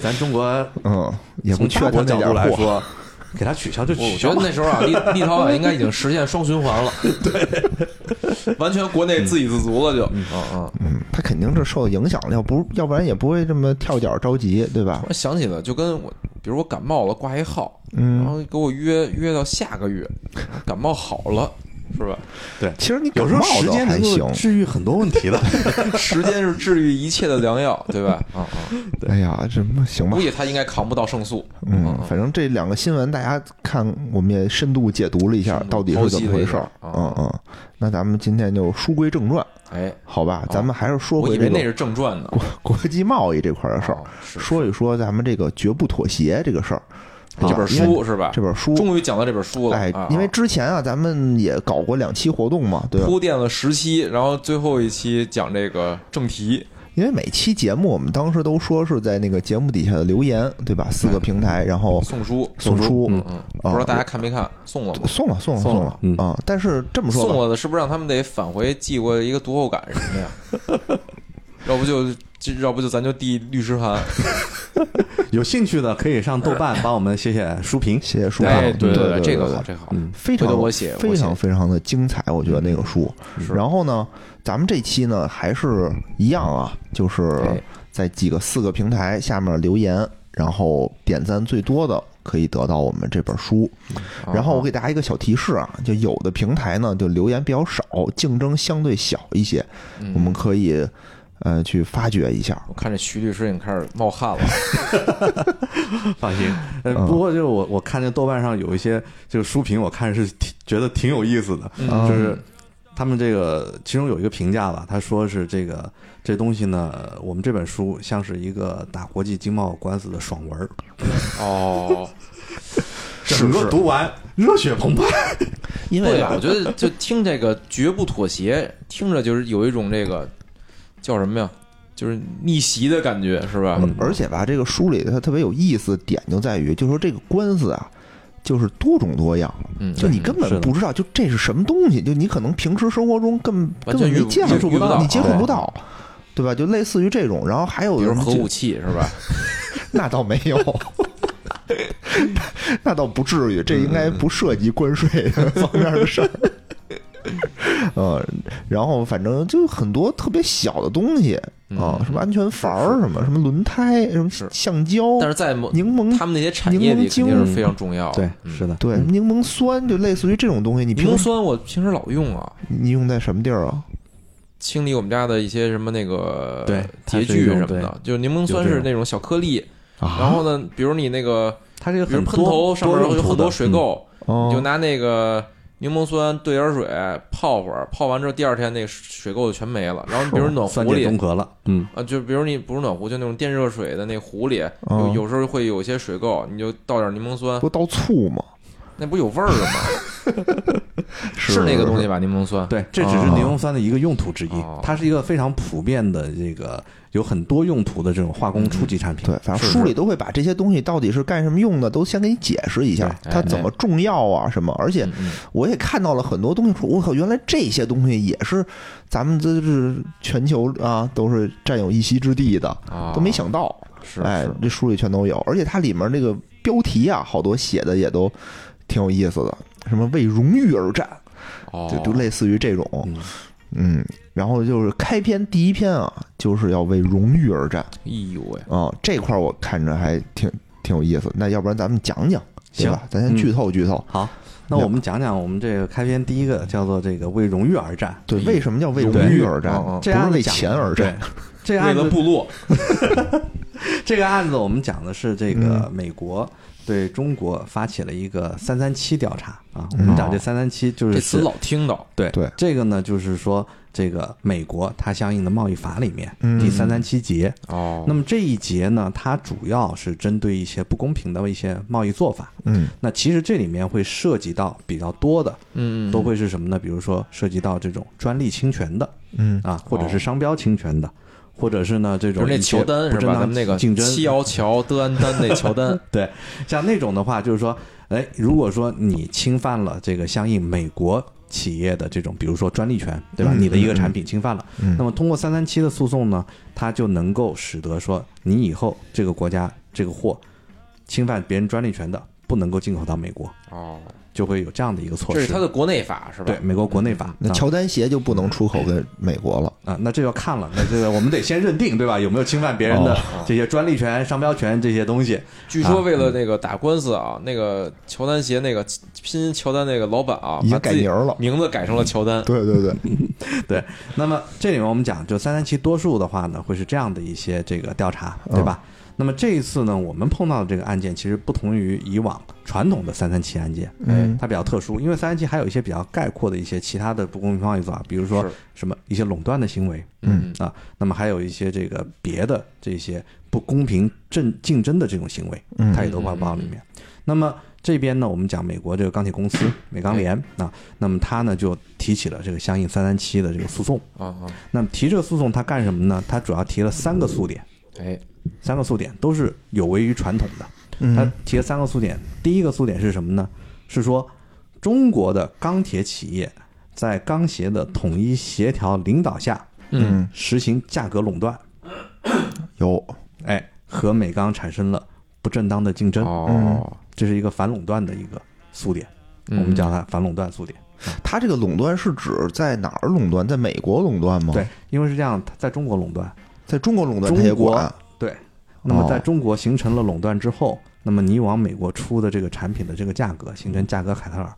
咱中国嗯，也不从缺大他国那角点度来儿货，说，给他取消就取我觉消得嘛。那时候 啊，立立陶宛应该已经实现双循环了，对，完全国内自给自足了就，嗯嗯。嗯，他肯定是受影响了，要不要不然也不会这么跳脚着急，对吧突？然想起了，就跟我，比如我感冒了挂一号，然嗯，后给我约约到下个月，感冒好了，是吧？其实你有时候感冒时倒间还能行够，治愈很多问题的。时间是治愈一切的良药，对吧？啊啊，哎呀，什么行吧估，计他应该扛不到啊胜诉。嗯，反正这两个新闻大家看，我们也深度解读了一下，深度到底是怎么回事儿。剖析了一下嗯啊嗯，那咱们今天就书归正传，哎，好吧？哦咱们还是说我回以这为那个是正传呢。国国际贸易这块儿的事儿哦，是说一说咱们这个绝不妥协这个事儿。这啊本因为书是吧？这本书，终于讲到这本书了。哎啊，因为之前啊，咱们也搞过两期活动嘛，对吧？铺垫了十期，然后最后一期讲这个正题，因为每期节目我们当时都说是在那个节目底下的留言，对吧？四个平台，然后哎送书，送书，嗯嗯，不啊知道大家看没看，送了吗？送了送了送了了嗯啊！但是这么说吧送，了的是不是让他们得返回寄过一个读后感什么呀？ 要不就这，要不就咱就递律师函，有兴趣的可以上豆瓣帮我们写写书评。谢谢舒畅，哎，对对对，这个对好，这个好，嗯非常回头我写嗯非常非常的精彩，我觉得那个书。然后呢，咱们这期呢还是一样啊，就是哎在几个四个平台下面留言，然后点赞最多的可以得到我们这本书。啊然后我给大家一个小提示啊，就有的平台呢就留言比较少，竞争相对小一些，嗯我们可以呃去发掘一下。我看这徐律师已经开始冒 汗了，放心，呃，不过就是我我看见豆瓣上有一些这个书评，我看是挺觉得挺有意思的，嗯就是他们这个其中有一个评价吧，他说是这个这东西呢，呃我们这本书像是一个打国际经贸官司的爽文儿，哦，整个读完热血澎湃，因对为呀，吧我觉得就听这个绝不妥协，听着就是有一种这个叫什么呀，就是逆袭的感觉，是吧？嗯而且吧，这个书里它特别有意思的点就在于，就说这个官司啊，就是多种多样，嗯，就你根是的本不知道，就这是什么东西，就你可能平时生活中根完根全本遇没不见接触不到你接触不对到，对吧？就类似于这种，然后还有比如人核就武器是吧？那倒没有， 那倒不至于，这应嗯该不涉及关税 方面的事儿。呃，然后反正就很多特别小的东西啊，什么安全阀儿，什么什么轮胎，什么嗯是橡胶，但是在某嗯柠檬他们那些产业里肯定是非常重要的。对，嗯是的，对柠檬酸，就类似于这种东西，你柠平檬时酸我平时老用啊，你用在什么地儿啊？清理我们家的一些什么那个对洁它是一具种什么对的，就是柠檬酸有这是种那种小颗粒，啊然后呢，比如你那个它这个比如很喷多头上面用有途很的嗯多水垢，你就哦，拿那个柠檬酸兑点水泡会儿，泡完之后第二天那个水垢就全没了。然后你比如暖酸壶碱中里和了，嗯，啊，就比如你不是暖壶，就那种电热水的那壶里，哦嗯有有时候会有一些水垢，你就倒点柠檬酸，不倒醋吗？ 那不有味儿了吗？是那个东西吧？柠檬酸，对，这只是柠檬酸的一个用途之一啊哦，它是一个非常普遍的这个有很多用途的这种化工初级产品。对，反正是不书是里都会把这些东西到底是干什么用的，都先给你解释一下，对它哎怎么重要啊什么。而且嗯嗯我也看到了很多东西，说我靠，原来这些东西也是咱们这是全球啊都是占有一席之地的，啊，都没想到。是哎啊是，这书里全都有，而且它里面那个标题啊，好多写的也都挺有意思的，什么为荣誉而战，哦就，就类似于这种。嗯，嗯，然后就是开篇第一篇啊，就是要为荣誉而战哎呦喂，啊，这块儿我看着还挺挺有意思。那要不然咱们讲讲，对行吧？咱先剧透剧透，好，那我们讲讲我们这个开篇第一个叫做这个为荣誉而战，对，为什么叫为荣誉而战？不对这案是子为讲钱而战，这个为案了子部落，这个案子我们讲的是这个嗯美国对中国发起了一个三三七调查啊，我们讲这三三七就是这词老听到，对对这个呢，就是说这个美国它相应的贸易法里面嗯第三三七节，哦，那么这一节呢，它主要是针对一些不公平的一些贸易做法。嗯那其实这里面会涉及到比较多的，嗯都会是什么呢？比如说涉及到这种专利侵权的嗯啊，或者是商标侵权的，或者是呢这哦就是种那一些乔丹不是正吧？咱当们那个竞争七幺乔德安丹那乔 丹，对，像那种的话，就是说，哎，如果说你侵犯了这个相应美国企业的这种，比如说专利权，对吧？嗯你的一个嗯产品侵犯了，嗯那么通过三三七的诉讼呢，它就能够使得说，你以后这个国家这个货侵犯别人专利权的，不能够进口到美国，哦，就会有这样的一个措这施。是他的国内法是吧？对美国国内法，嗯那啊乔丹鞋就不能出口给美国了。啊，那这要看了，那这个我们得先认定，对吧？有 没有侵犯别人的哦这些专利权、商标权这些东西？据说为了那个打官司啊，那个乔丹鞋那个拼音乔丹那个老板啊，已经把改自己名儿了名字改成了乔丹。对对对，对，那么这里面我们讲，就三三七多数的话呢，会是这样的一些这个调查，哦对吧？那么这一次呢，我们碰到的这个案件其实不同于以往传统的三三七案件，嗯它比较特殊，因为三三七还有一些比较概括的一些其他的不公平贸易做法，比如说是什么一些垄断的行为嗯，啊，那么还有一些这个别的这些不公平正竞争的这种行为，嗯它也都包括里面。那么这边呢，我们讲美国这个钢铁公司美钢联啊，那么它呢就提起了这个相应三三七的这个诉讼。啊啊，那么提这个诉讼，它干什么呢？它主要提了三个诉点，哎，三个诉点都是有违于传统的。它嗯提了三个诉点，第一个诉点是什么呢？是说中国的钢铁企业在钢协的统一协调领导下嗯，实行价格垄断，有哎，和美钢产生了不正当的竞争，哦，这是一个反垄断的一个诉点，我嗯们叫它反垄断诉点。它这个垄断是指在哪儿垄断？在美国垄断哦吗？对，，因为是这样，它在中国垄断，在中国垄断它也中国管。对，那么在哦中国形成了垄断之后，那么你往美国出的这个产品的这个价格形成价格卡特尔，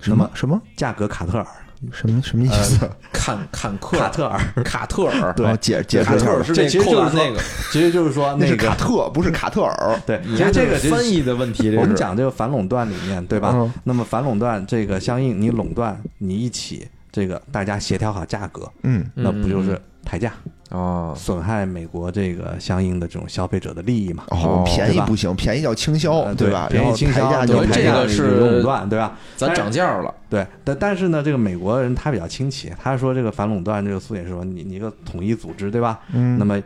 什么什么价格卡特尔，什么什么意思？呃坎坎 克卡特尔，卡特尔，对哦解解释卡一特下尔吧，是这其那实扣就是篮说那个，其实就是说那那是个卡特，不是卡特尔。对，你其实这个是就是翻译的问题，这我们是讲这个反垄断里面，对吧？嗯那么反垄断这个相应，你垄断你一起这个大家协调好价格，嗯嗯那不就是抬价，哦，损害美国这个相应的这种消费者的利益嘛？哦哦，便宜对吧不行，便宜叫倾销，呃对吧？便然宜后倾抬销，啊价对就等于抬抬这价价个就是垄断，对吧？咱涨价了，对，但但是呢，这个美国人他比较亲切，他说这个反垄断这个诉点是说，你你一个统一组织，对吧？嗯那么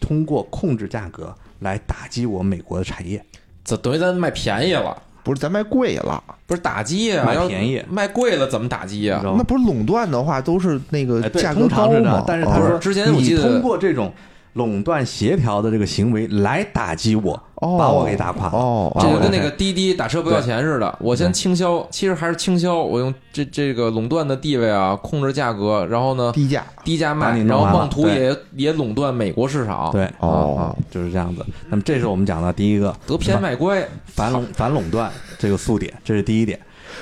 通过控制价格来打击我美国的产业，咱等于咱卖便宜了，不是咱卖贵了，不是打击啊，卖要便宜卖贵了怎么打击啊呀你知？道吗那？不是垄断的话，都是那个哦哎呃对价格通高常是这样吗？但是他不哦是说，之前我记得你通过这种垄断协调的这个行为来打击我，哦把我给打垮了。哦，这个就哦跟那个滴滴打车不要钱似的，我先倾销，其实还是倾销，我用这这个垄断的地位啊，控制价格，然后呢低价低价卖，把你然弄后完了妄图也也垄断美国市场，，对，哦啊，就是这样子。那么这是我们讲的第一个得偏卖乖，反垄反垄断这个诉点，这是第一点。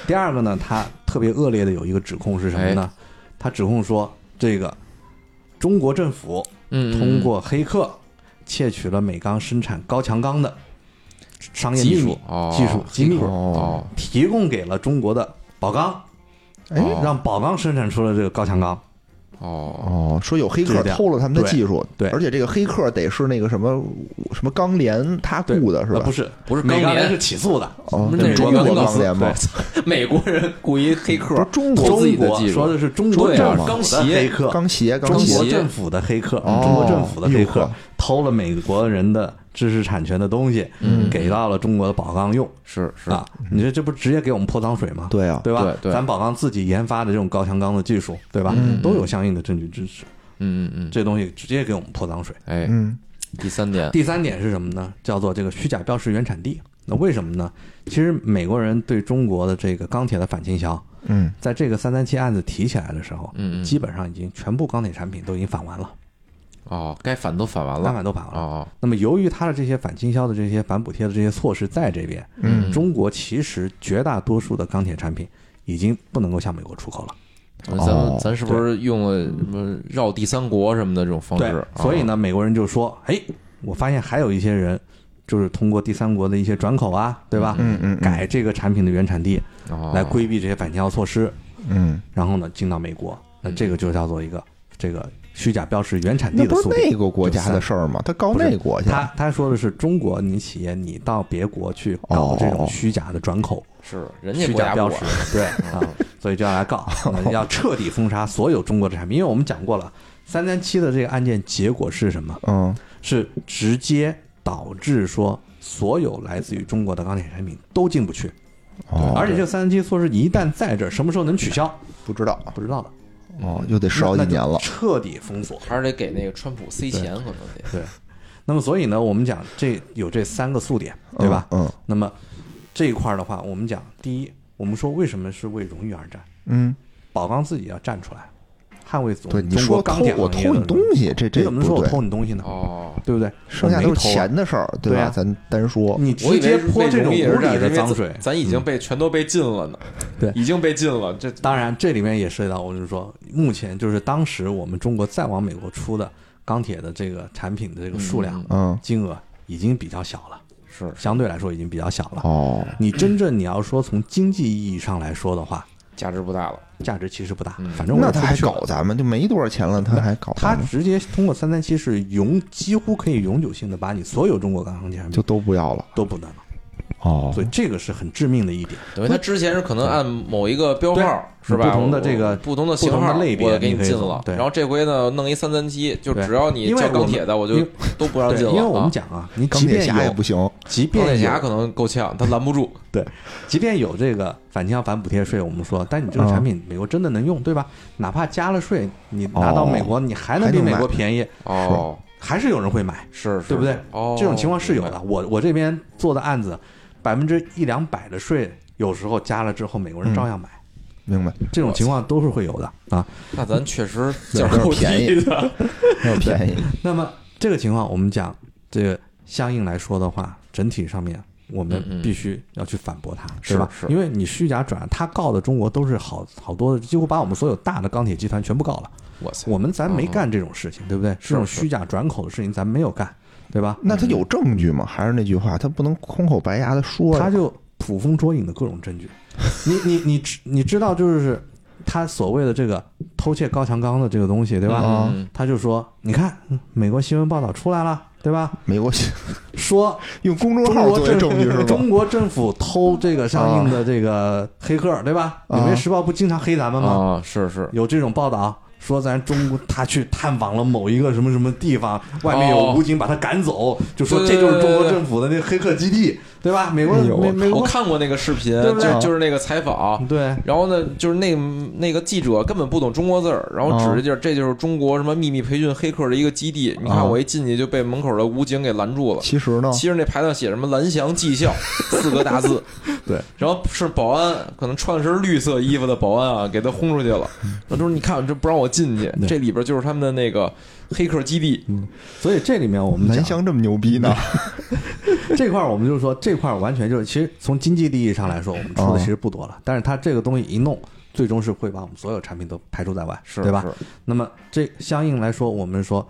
第二个呢，他特别恶劣的有一个指控是什么呢？哎他指控说这个中国政府嗯，嗯通过黑客窃取了美钢生产高强钢的商业技秘术密哦技术机密，哦，提供给了中国的宝钢，哎哦让宝钢生产出了这个高强钢。啊哦，哦，说有黑客偷了他们的技术，对对而且这个黑客得是那个什么什么钢联他对雇的是呃吧？不是不是美钢钢联联是起诉的，哦，不是对那中是国钢钢联吗？美国人雇一黑不是客，中投国资自己中的技国啊术说的是中国对政啊府钢的协黑客，钢协钢中协国协政府的黑客，哦中国政府的黑哟客呵偷了美国人的知识产权的东西，给到了中国的宝钢用是是，啊！你说这不直接给我们泼脏水吗？对啊，对吧？对对咱宝钢自己研发的这种高强钢的技术，对吧？都有相应的证据支持，嗯嗯嗯，这东西直接给我们泼脏水。哎，嗯第三点，第三点是什么呢？叫做这个虚假标识原产地。那为什么呢？其实美国人对中国的这个钢铁的反倾销，嗯在这个三三七案子提起来的时候，嗯嗯基本上已经全部钢铁产品都已经反完了，哦，该反都反完三了，反都反完了。哦，那么，由于它的这些反倾销的这些反补贴的这些措施在这边，嗯中国其实绝大多数的钢铁产品已经不能够向美国出口了。咱哦咱是不是用了什么绕第三国什么的这种哦方对式？，所以呢，美国人就说：“哎，我发现还有一些人，就是通过第三国的一些转口啊，对吧？嗯嗯，嗯改这个产品的原产地哦，来规避这些反倾销措施，嗯，然后呢进到美国，那这个就叫做一个这个虚假标识原产地那的不诉是讼。那个国家的事儿吗？他告不是那国去，他他说的是中国，你企业你到别国去搞这种哦虚假的转口。”是人家虚国假家标不识管，对 啊，所以就要来告，那要彻底封杀所有中国的产品，因为我们讲过了，三三七的这个案件结果是什么？嗯是直接导致说所有来自于中国的钢铁产品都进不去，哦，而且这个三三七措施一旦在这儿，什么时候能取消不知道啊不知道的，哦，又得十好几那年了，彻底封锁。还是得给那个川普塞钱，可能得。对，那么所以呢，我们讲这有这三个诉点，对吧？嗯那么这一块儿的话，我们讲第一，我们说为什么是为荣誉而战？嗯，宝钢自己要站出来，捍卫总对，你中国说嗯偷钢铁我行业偷你的东西，这你这怎么能说不我对，偷你东西呢？哦，对不没偷啊剩下都是钱的事儿，对吧？啊咱单说，你我直以接为泼这种无也是理的脏咱水。嗯咱已经被全都被禁了呢。对已经被禁了。这当然，这里面也涉及到，我就是说，目前就是当时我们中国再往美国出的钢铁的这个产品的这个数量、嗯金额已经比较小了，是相对来说已经比较小了。哦，你真正你要说从经济意义上来说的话，价值不大了。价值其实不大嗯，反正我那也他出不还去了搞咱们，就没多少钱了，他还搞他咱们直接通过三三七是永几乎可以永久性的把你所有中国钢铁产就品都不要了都不能了，哦所以这个是很致命的一点。等于他之前是可能按某一个标号对是吧？不同的这个我不同的型不号同的类别我给你可以禁走了。对然后这回呢，弄一三三七，就对只要你因为叫我们钢铁的，我就因为都不让对，进了。因为我们啊讲啊，你钢即铁便侠也有不，行，即钢铁便侠有可能够呛，他拦不住。对，即便有这个反倾销反补贴税，我们说，但你这个产品美国真的能用，对吧？哪怕加了税，你拿到美国，你还能比美国便宜，哦，还是有人会买，是，是对不对？哦，这种情况是有明的。白。我我这边做的案子，百分之一两百的税，有时候加了之后，美国人照样买，明 白？这种情况都是会有的啊。那咱确 实对价够 低的。那便宜，那么这个情况，我们讲这个相应来说的话，整体上面我们必须要去反驳它，嗯是对吧？是因为你虚假转，他告的中国都是好好多的，几乎把我们所有大的钢铁集团全部告了。我操！我们咱没干这种事情，对不对？这种嗯是虚假转口的事情咱没有干，对吧？嗯那他有证据吗？还是那句话，他不能空口白牙的说呀。他就捕风捉影的各种 证据。你你你知你知道，就是他所谓的这个偷窃高强钢的这个东西，对吧？嗯他就说，你看嗯美国新闻报道出来了，对吧？美国说 用公众中号国作为政证据是吗？中国政府偷这个上映的这个黑客，对吧？啊《纽约时报》不经常黑咱们吗？啊，是是，有这种报道说咱中国他去探访了某一个什么什么地方，外面有哦武警把他赶走，就说对这就是对对中国对政府的那黑客基地，对吧？美国哎呦美美我国看过那个视频，对不对嗯就就是那个采访，对然后呢，就是那那个记者根本不懂中国字儿，然后哦指着地儿，这就是中国什么秘密培训黑客的一个基地。你哦看我一进去就被门口的武警给拦住了。其实呢，其实那牌上写什么“蓝翔技校” 四个大 字，对，然后是保安，可能穿的是绿色衣服的保安啊，给他轰出去了。那都是你看，这不让我进去，对这里边就是他们的那个黑客基地。所以这里面我们南讲翔这么牛逼呢？ 这块，我们就说这块完全就是，其实从经济利益上来说，我们出哦的其实不多了，但是他这个东西一弄，最终是会把我们所有产品都排除在外，是对吧？是那么这相应来说，我们说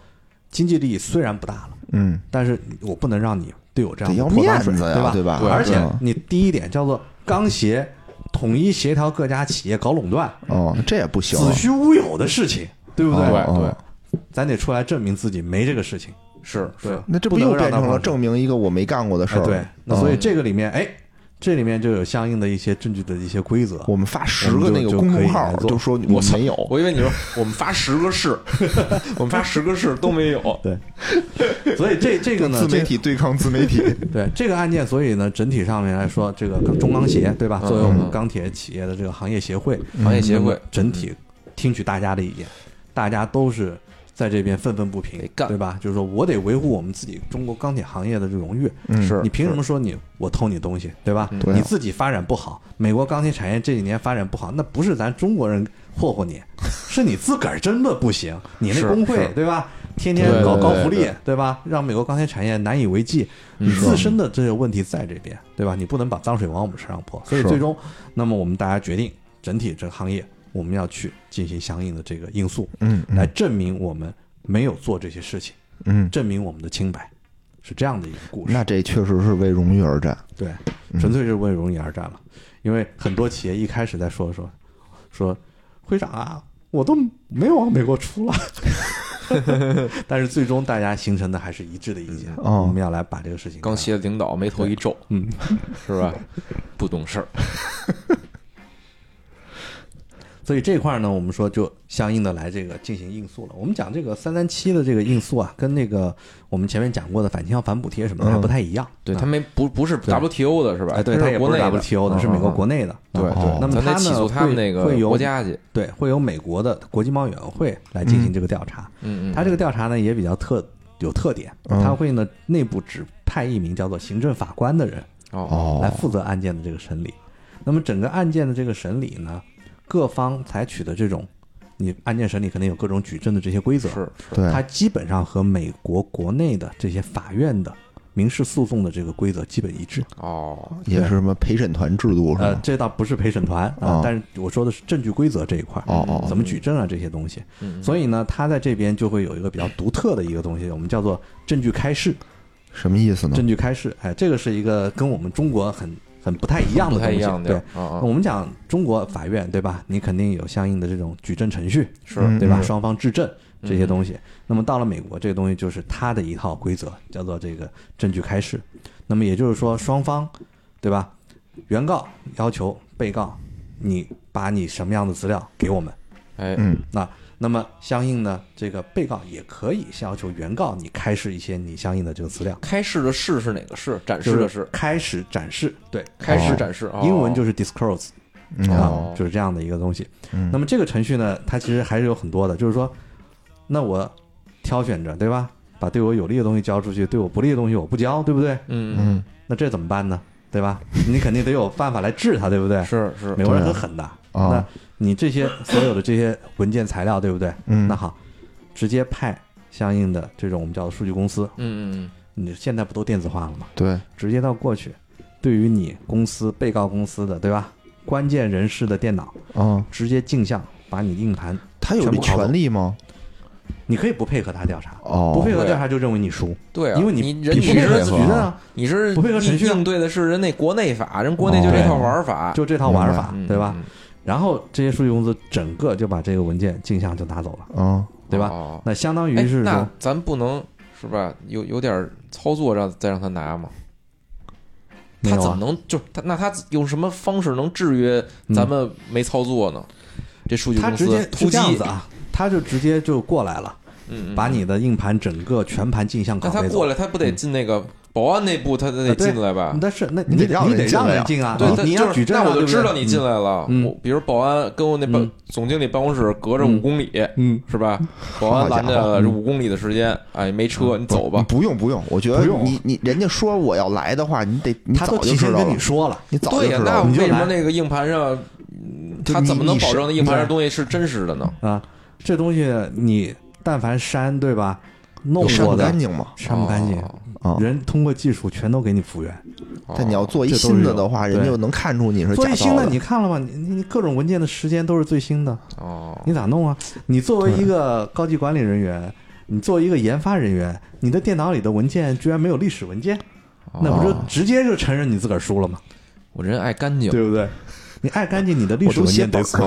经济利益虽然不大了，嗯，但是我不能让你对我这样得要泼脏面水子呀对对吧嗯对而且对你第一点叫做钢协统一协调各家企业搞垄断，哦，这也不行，子虚乌有的事情，对不哦对？哦对咱得出来证明自己没这个事情。是对是，，那这不能又让变它成发了生证明一个我没干过的事哎儿？对，那嗯所以这个里面，哎，这里面就有相应的一些证据的一些规则。啊我们发十我个们就那个就公可以众号来儿，做就说我没有，我以为你说我们发十个是， 我们发十个是都没有。 所以这这个呢，自媒这体对抗自媒 体，对这个案件，所以呢，整体上面来说，这个中钢协对吧？嗯作为我们钢铁企业的这个行业协会，嗯行业协会整体听取大家的意见，大家都是在这边愤愤不平得，干对吧？就是说我得维护我们自己中国钢铁行业的这荣誉。嗯是你凭什么说你我偷你东西，对吧？对啊你自己发展不好，美国钢铁产业这几年发展不好，那不是咱中国人霍 霍你，是你自个儿真的不行。你那是工会是对吧？天天对搞对高对福利，对吧？让美国钢铁产业难以为继，你自身的这些问题在这边，对吧？你不能把脏水往我们身上泼。所以是最终，那么我们大家决定，整体这个行业我们要去进行相应的这个因素，嗯来证明我们没有做这些事情，嗯，证明我们的清白，是这样的一个故事。那这确实是为荣誉而战。对，纯粹是为荣誉而战了。因为很多企业一开始在说说说会长啊，我都没有往美国出了， 但是最终大家形成的还是一致的意见，哦我们要来把这个事情钢协领导眉头一皱，嗯，是吧？不懂事儿，所以这块儿呢，我们说就相应的来这个进行应诉了。我们讲这个三三七的这个应诉啊，跟那个我们前面讲过的反倾销反补贴什么的还不太一样。对啊他没不不是 WTO 的是吧？哎，对，它他也国不内是的哦嗯 WTO 的，是美国国内的。对哦对，那么咱他得呢起诉他们会那个会由国家去。对，会由美国的国际贸易委员会来进行这个调查。嗯嗯，它这个调查呢也比较特有特点，嗯它会呢内部指派一名叫做行政法官的人哦哦来负责案件的这个审理。那么整个案件的这个审理呢，各方采取的这种，你案件审理肯定有各种举证的这些规则，是对，它基本上和美国国内的这些法院的民事诉讼的这个规则基本一致。哦，也是什么陪审团制度是呃，吗？这倒不是陪审团啊、哦但是我说的是证据规则这一块，哦哦嗯怎么举证啊这些东西。所以呢，它在这边就会有一个比较独特的一个东西，我们叫做证据开示。什么意思呢？证据开示，哎，这个是一个跟我们中国很很不太一样的不东太西。一样的对，啊啊哦我们讲中国法院对吧？你肯定有相应的这种举证程序，是嗯对吧？嗯双方质证这嗯些东西。那么到了美国，这个东西就是它的一套规则，叫做这个证据开示。那么也就是说，双方对吧？原告要求被告，你把你什么样的资料给我们？哎嗯那那么相应呢，这个被告也可以要求原告你开示一些你相应的这个资料。开示的示是哪个示？展示就的示，开始展示，对，开始展示。哦英文就是 disclose 嗯啊哦，就是这样的一个东西。嗯那么这个程序呢，它其实还是有很多的，就是说，那我挑选着，对吧？把对我有利的东西交出去，对我不利的东西我不交，对不对？嗯嗯那这怎么办呢？对吧？ 你肯定得有办法来治它，对不对嗯，？是是美国人对很啊狠的，啊那你这些所有的这些文件材料，对不对？嗯那好，直接派相应的这种我们叫数据公司，嗯嗯你现在不都电子化了吗？对，直接到过去，对于你公司被告公司的对吧？关键人士的电脑啊，直接镜像，把你硬盘，他有这权利吗？你可以不配合他调查，哦，不配合调查就认为你输，嗯，对啊，因为你人你你不配合是自举己证啊，你是不配合程序啊哦应对的是人那国内法，人国内就这套玩法，啊啊就这套玩法嗯，对吧？？然后这些数据公司整个就把这个文件镜像就拿走了，啊，对吧？吧那相当于哎，是那说，咱不能是吧？有有点操作让再让他拿吗？没他有怎么啊，能就他那他用什么方式能制约咱们没操作呢？这数据他公司直接突是击这样子，啊，他就直接就过来了，嗯，嗯把你的硬盘整个全盘镜像拷那他贝走过。来，他不得进那个保安那步，他得啊对进来吧？但是那你得得让你人得进让来人啊进啊，对，他你就要是举证啊，那我就对不知对道你进来了。嗯我比如保安跟我那办嗯总经理办公室隔着五公里，嗯，是吧？保安拦着好家了这五公里的时间，哎，没嗯车，你走吧。不用不用，我觉得不用你你人家说我要来的话，你得嗯你他早都就提前知道跟了你，说了，你早就对呀，知那道了。嗯你就为什么来那个硬盘上，嗯就他你怎么能你保是证那硬盘上你东西是真实的呢？啊，这东西你但凡删对吧，弄你删过不的干净嘛删不干净，哦啊！人通过技术全都给你复原。哦但你要做一这都新是的有的话，人对家就能看出你是所假以新造的你看了吗？你你你各种文件的时间都是最新的，哦，你咋弄啊？你作为一个高级管理人员，你作为一个研发人员，你的电脑里的文件居然没有历史文件，那不就哦直接就承认你自个儿输了吗？我人爱干净，对不对？你爱干净，你的历我史都文写件得本存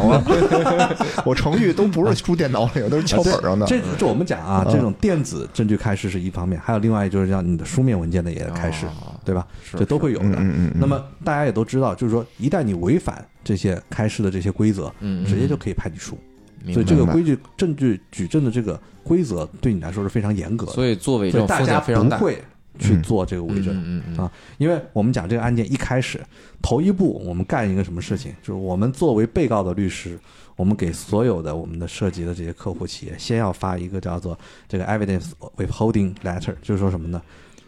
上了，我程序都不是输电脑里，都是敲本上的。嗯啊这这我们讲啊，这种电子证据开示是一方面，还有另外就是像你的书面文件的也开示，对吧？这都会有哦嗯的。嗯嗯，那么大家也都知道，就是说，一旦你违反这些开示的这些规则，嗯直接就可以判你输。明所以白这个明白规矩、证据举证的这个规则对你来说是非常严格的，所以做伪所证以大风家险非常不大。会去做这个伪证。嗯嗯嗯啊，因为我们讲这个案件一开始，头一步我们干一个什么事情，就是我们作为被告的律师，我们给所有的我们的涉及的这些客户企业，先要发一个叫做这个 evidence withholding letter，就是说什么呢？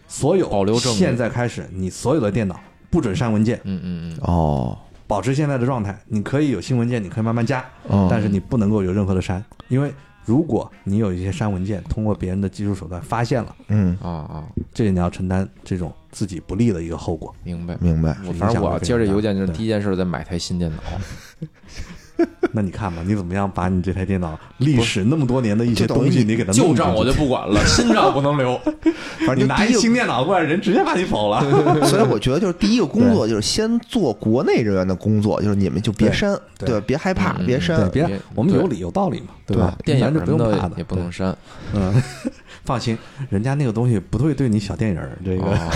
所有保留证据现在开始，你所有的电脑不准删文件，嗯嗯嗯，哦，保持现在的状态。你可以有新文件，你可以慢慢加，哦嗯但是你不能够有任何的删，因为如果你有一些删文件，通过别人的技术手段发现了，嗯，啊啊，这你要承担这种自己不利的一个后果。明白。明白。我反正我要接着邮件就是对哦第一件事，再买台新电脑。那你看吧，你怎么样把你这台电脑历史那么多年的一些东西，你给它旧弄账我就进不管了，新账不能 留。反正去，就你拿第一一新电脑过来，人直接把你否了。 所以我觉得就是第一个工作就是先做国内人员的工作，就是你们就别删，对对吧？别害怕，嗯别对，删。别对，我们有理有道理嘛，吧？电影咱就什不用么怕的的，也不能对。删。嗯，放心，人家那个东西不会对你小电影儿这个 哦，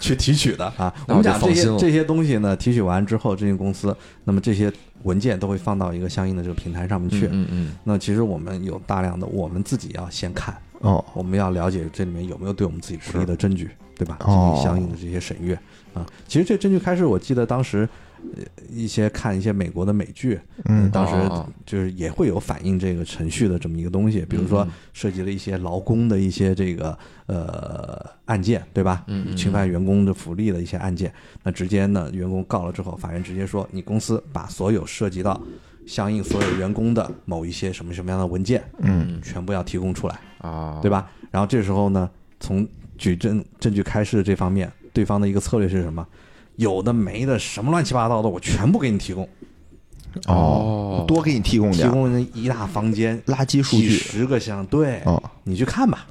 去提取的啊。我那们我就讲这放些心了这些东西呢，提取完之后，这些公司，那么这些文件都会放到一个相应的这个平台上面去。嗯嗯那其实我们有大量的，我们自己要先看，哦，我们要了解这里面有没有对我们自己不利的证据，对吧？进哦行相应的这些审阅啊。其实这证据开始，我记得当时呃一些看一些美国的美剧，呃嗯当时哦就是也会有反映这个程序的这么一个东西，比如说嗯涉及了一些劳工的一些这个呃案件，对吧？嗯嗯侵犯员工的福利的一些案件，那直接呢，员工告了之后，法院直接说，你公司把所有涉及到相应所有员工的某一些什么什么样的文件，嗯，全部要提供出来。嗯啊，对吧？然后这时候呢，从举证证据开示这方面，对方的一个策略是什么？有的没的，什么乱七八糟的，我全部给你提供，哦嗯多给你提供提点儿供了一大房间，垃圾数几据。十个箱，对，哦你去看吧，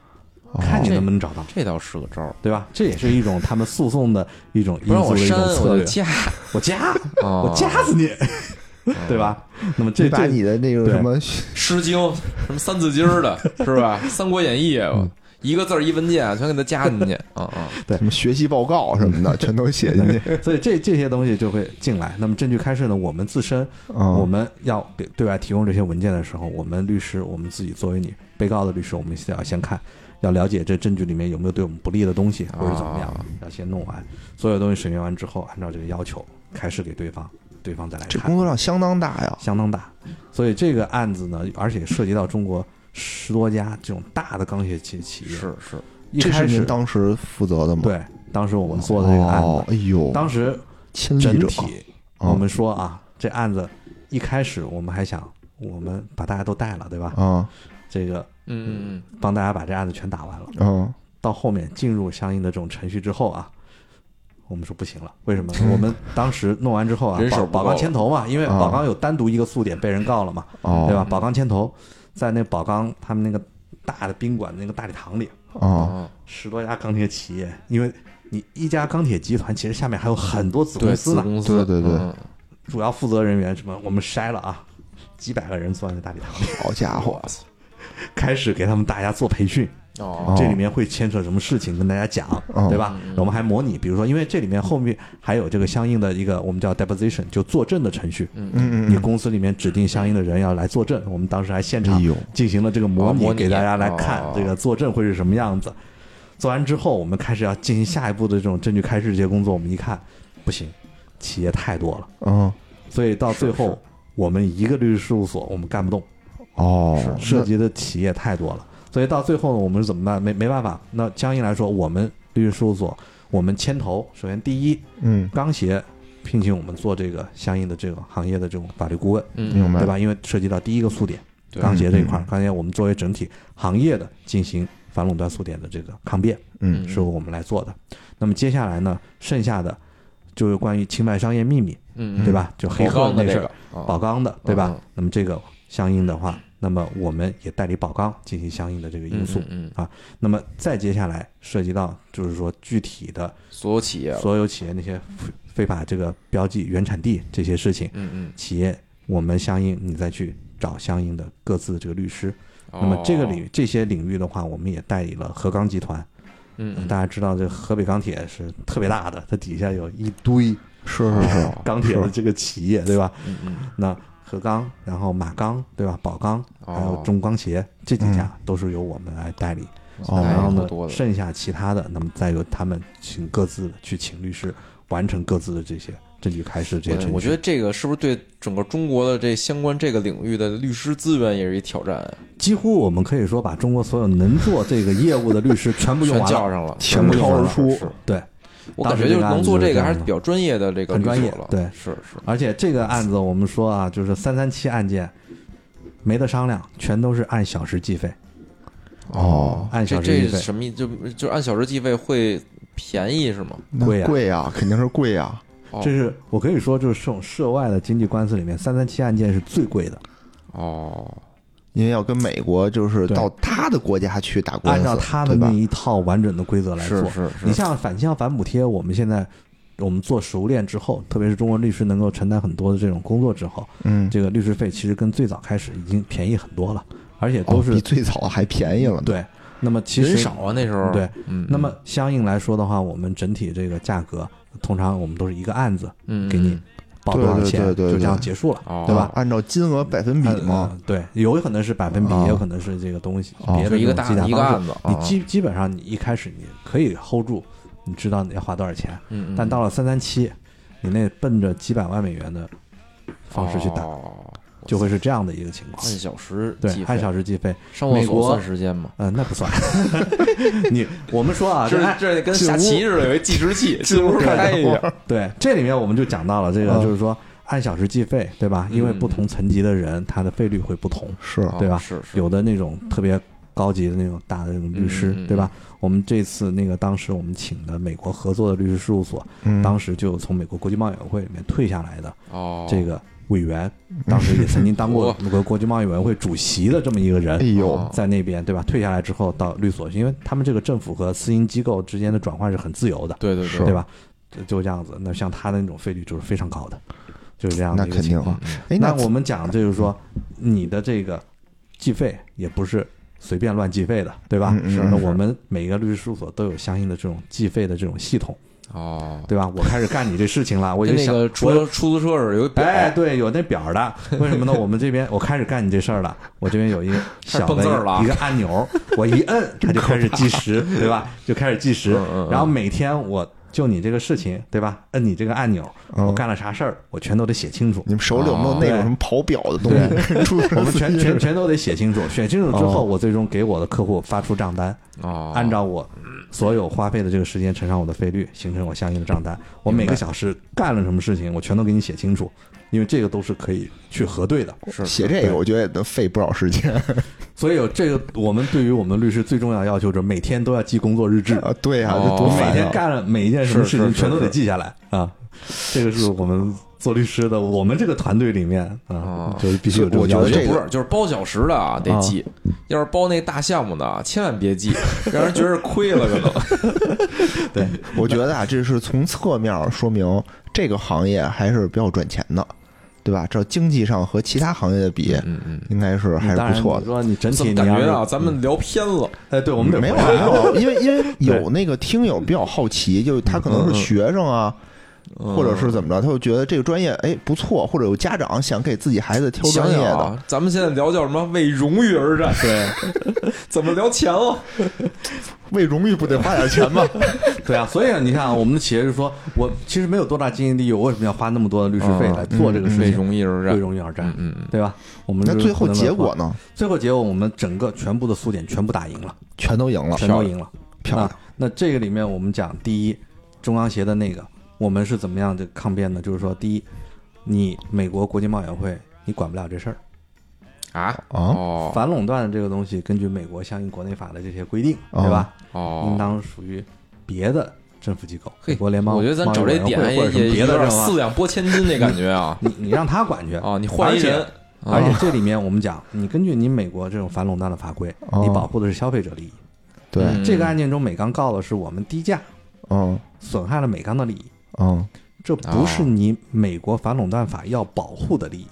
看你能不能找到，这倒是个招儿，对吧？这也是一种他们诉讼的一种因不让素我的一删种策我就略， 加，我加，哦我夹死你，对吧？那么你这把这你的那个什么， 《诗经》什么《三字经》 的，是吧？《三国演义》嗯一个字儿一文件全给它加进 去。啊啊，什么学习报告什么的，全都写进去。所以这这些东西就会进来。那么证据开示呢，我们自身，哦我们要给对外提供这些文件的时候，我们律师，我们自己作为你被告的律师，我们先要先看，要了解这证据里面有没有对我们不利的东西，或者怎么样，啊要先弄完。所有东西审阅完之后，按照这个要求开示给对方，对方再来这看工，作量相当大呀。相当大。所以这个案子呢，而且涉及到中国十多家这种大的钢铁企企业，是是，一这开是您始当时负责的吗？对，当时我们做的这个案哦子，哎呦，当时亲历整者体，哦我们说啊，这案子一开始我们还想，我们把大家都带了，对吧？啊，这个嗯嗯帮大家把这案子全打完了。嗯，到后面进入相应的这种程序之后啊，我们说不行了，为什么呢？我们当时弄完之后啊，人手宝不够宝钢牵头嘛，因为啊宝钢有单独一个诉点被人告了嘛，哦，对吧？宝钢牵头在那宝钢他们那个大的宾馆那个大礼堂里，哦，啊，十多家钢铁企业，因为你一家钢铁集团其实下面还有很多子对，公司子呢，公司，对对对嗯主要负责人员什么，我们筛了啊，几百个人坐在大礼堂里，好家伙，开始给他们大家做培训，哦，这里面会牵扯什么事情跟大家讲，哦嗯对吧？我们还模拟，比如说，因为这里面后面还有这个相应的一个我们叫 deposition，就作证的程序。嗯你公司里面指定相应的人要来作证，我们当时还现场哎呦进行了这个模哦拟，模拟给大家来看哦这个作证会是什么样子。做完之后，我们开始要进行下一步的这种证据开示这些工作。我们一看，不行，企业太多了，嗯，所以到最后，我们一个律师事务所我们干不动，哦，涉及的企业太多了，所以到最后呢，我们是怎么办？没没办法。那相应来说，我们律师事务所，我们牵头，首先第一，嗯，钢协聘请我们做这个相应的这种行业的这种法律顾问，嗯，明白，对？吧？因为涉及到第一个诉点，对钢协这一块嗯儿，钢协我们作为整体行业的进行反垄断诉点的这个抗辩，嗯是由我们来做的。那么接下来呢，剩下的就是关于侵犯商业秘密，嗯，对吧？就黑客的那事这儿个，，啊宝钢的，对吧嗯？那么这个相应的话，那么我们也代理宝钢进行相应的这个因素嗯嗯啊。那么再接下来涉及到就是说具体的所有企业所有企业那些负非法这个标记原产地这些事情，嗯嗯，企业我们相应你再去找相应的各自这个律师。那那么哦这个领域这些领域的话，我们也代理了河钢集团。嗯嗯大家知道这河北钢铁是特别大的，它底下有一堆是是是，钢铁的这个企业，对吧？嗯嗯，那河钢，然后马钢，对吧？宝钢，哦嗯还有中钢协这几家都是由我们来代理。哦然哎后好多呢，的剩下其他的，那么再由他们请各自的去请律师完成各自的这些证据开始这些程序。我觉得这个是不是对整个中国的这相关这个领域的律师资源也是一挑战啊？几乎我们可以说把中国所有能做这个业务的律师全部用全完叫了。上了，倾巢而出，是对，我感觉就是能做这个还是比较专业的这个律所很专业了，对是是，而且这个案子我们说啊，就是三三七案件。没得商量，全都是按小时计费，哦，按这小时计这费。什么意就就按小时计费会便宜是吗？那贵呀啊贵呀，肯定是贵啊呀，哦这是我可以说，就是这种涉外的经济官司里面，三三七案件是最贵的。哦，因为要跟美国就是对到他的国家去打官按司，照他的对吧那一套完整的规则来做是。是是，你像反向反补贴，我们现在我们做食物链之后，特别是中国律师能够承担很多的这种工作之后，嗯，这个律师费其实跟最早开始已经便宜很多了，而且哦都是、比最早还便宜了呢，对。那么其实人少啊那时候，对，嗯，那么相应来说的话，我们整体这个价格，通常我们都是一个案子嗯给你嗯报多少对对钱，对对对就这样结束了，哦对吧？按照金额百分比嘛，呃对，有可能是百分比，哦也有可能是这个东西哦别就的一个这大种计价一个方式案子，你啊基基本上你一开始你可以 hold 住，你知道你要花多少钱，嗯，嗯但到了三三七，你那奔着几百万美元的方式去打，哦就会是这样的一个情况按。小时对，按小时时计费，上厕美所国算时间吗？呃，那不算。 你我们说啊，这这这得跟下棋似的，有一计时器，进屋开一下。啊对这里面我们就讲到了这嗯个，就是说按小时计费，对吧？嗯因为不同层级的人，他的费率会不同。是哦对吧是是，有的那种特别高级的那种大的那种律师，嗯嗯嗯对吧？我们这次那个当时我们请的美国合作的律师事务所，嗯当时就从美国国际贸易委员会里面退下来的哦，这个委员，当时也曾经当过美国国际贸易委员会主席的这么一个哎人。呦哦，在那边对吧？退下来之后到律所去，因为他们这个政府和私营机构之间的转换是很自由的，对对是对，对吧？就就这样子。那像他的那种费率就是非常高的，就是这样的那一个肯定情况嗯啊。哎，那那我们讲就是说，你的这个计费也不是随便乱计费的，对吧？嗯嗯那是我们每个律师事务所都有相应的这种计费的这种系统，哦，对吧？我开始干你这事情了，我就跟那想个我出出租车似的，有一表，哎，对，有那表儿的，为什么呢？我们这边我开始干你这事儿了，我这边有一个小蹦的字儿了啊一个按钮儿，我一摁，它就开始计时，对吧？就开始计时嗯嗯，嗯然后每天我就你这个事情，对吧？摁你这个按钮儿，嗯我干了啥事儿，我全都得写清楚。你们手里有没有那种哦什么跑表的东西？ 出租车我们全司机全全都得写清楚，写清楚之哦后，我最终给我的客户发出账单，哦，按照我所有花费的这个时间乘上我的费率，形成我相应的账单。我每个小时干了什么事情，我全都给你写清楚，因为这个都是可以去核对的。是写这个，我觉得也得费不少时间所以有这个，我们对于我们律师最重要的要求就是每天都要记工作日志，啊！对呀，哦这多我每烦啊天呀！干了每一件什么事是情是是全都得记下来啊。这个是我们做律师的，我们这个团队里面啊哦，就是必须有这我种觉要得求这。个不是，就是包小时的啊，得记；要是包那大项目的啊，千万别记，让人觉得亏了可能。对，我觉得啊，这是从侧面说明这个行业还是比较赚钱的，对吧？这经济上和其他行业的比， 嗯嗯，应该是还嗯当是然不错的。你说你整怎体么感你要觉是嗯啊？咱们聊偏了，哎，对，我们得没有啊回来没有，因为因 为有那个听友比较好奇，就是他可嗯能是学生啊，或者是怎么着，他就觉得这个专业哎不错，或者有家长想给自己孩子挑专想业想的，啊，咱们现在聊叫什么？为荣誉而战，对， 怎么聊钱了？为荣誉不得花点钱吗？对啊，所以你看啊，我们的企业就说，我其实没有多大经济利益，我为什么要花那么多的律师嗯费来做这个事为情？荣誉而为战，荣誉而战，嗯嗯，对吧？我们 嗯那就是最后不能结乱花果？呢？最后结果，我们整个全部的诉点全部打赢了，全都赢哦了，全都赢了。漂亮。啊那这个里面，我们讲第一，中央协的那个，我们是怎么样的抗辩的？就是说，第一，你美国国际贸易委员会你管不了这事儿，啊啊！哦反垄断的这个东西，根据美国相应国内法的这些规定，对吧？应哦，当属于别的政府机构，嘿美国联邦我觉得咱找这点贸也易委员会或者也是别有的点政府啊四两拨千斤那感觉 啊你你让他管去啊！你换一人，啊而且这里面我们讲，你根据你美国这种反垄断的法规，哦你保护的是消费者利益。对，嗯这个案件中，美钢告的是我们低价嗯损害了美钢的利益。嗯，这不哦是你美国反垄断法要保护的利益，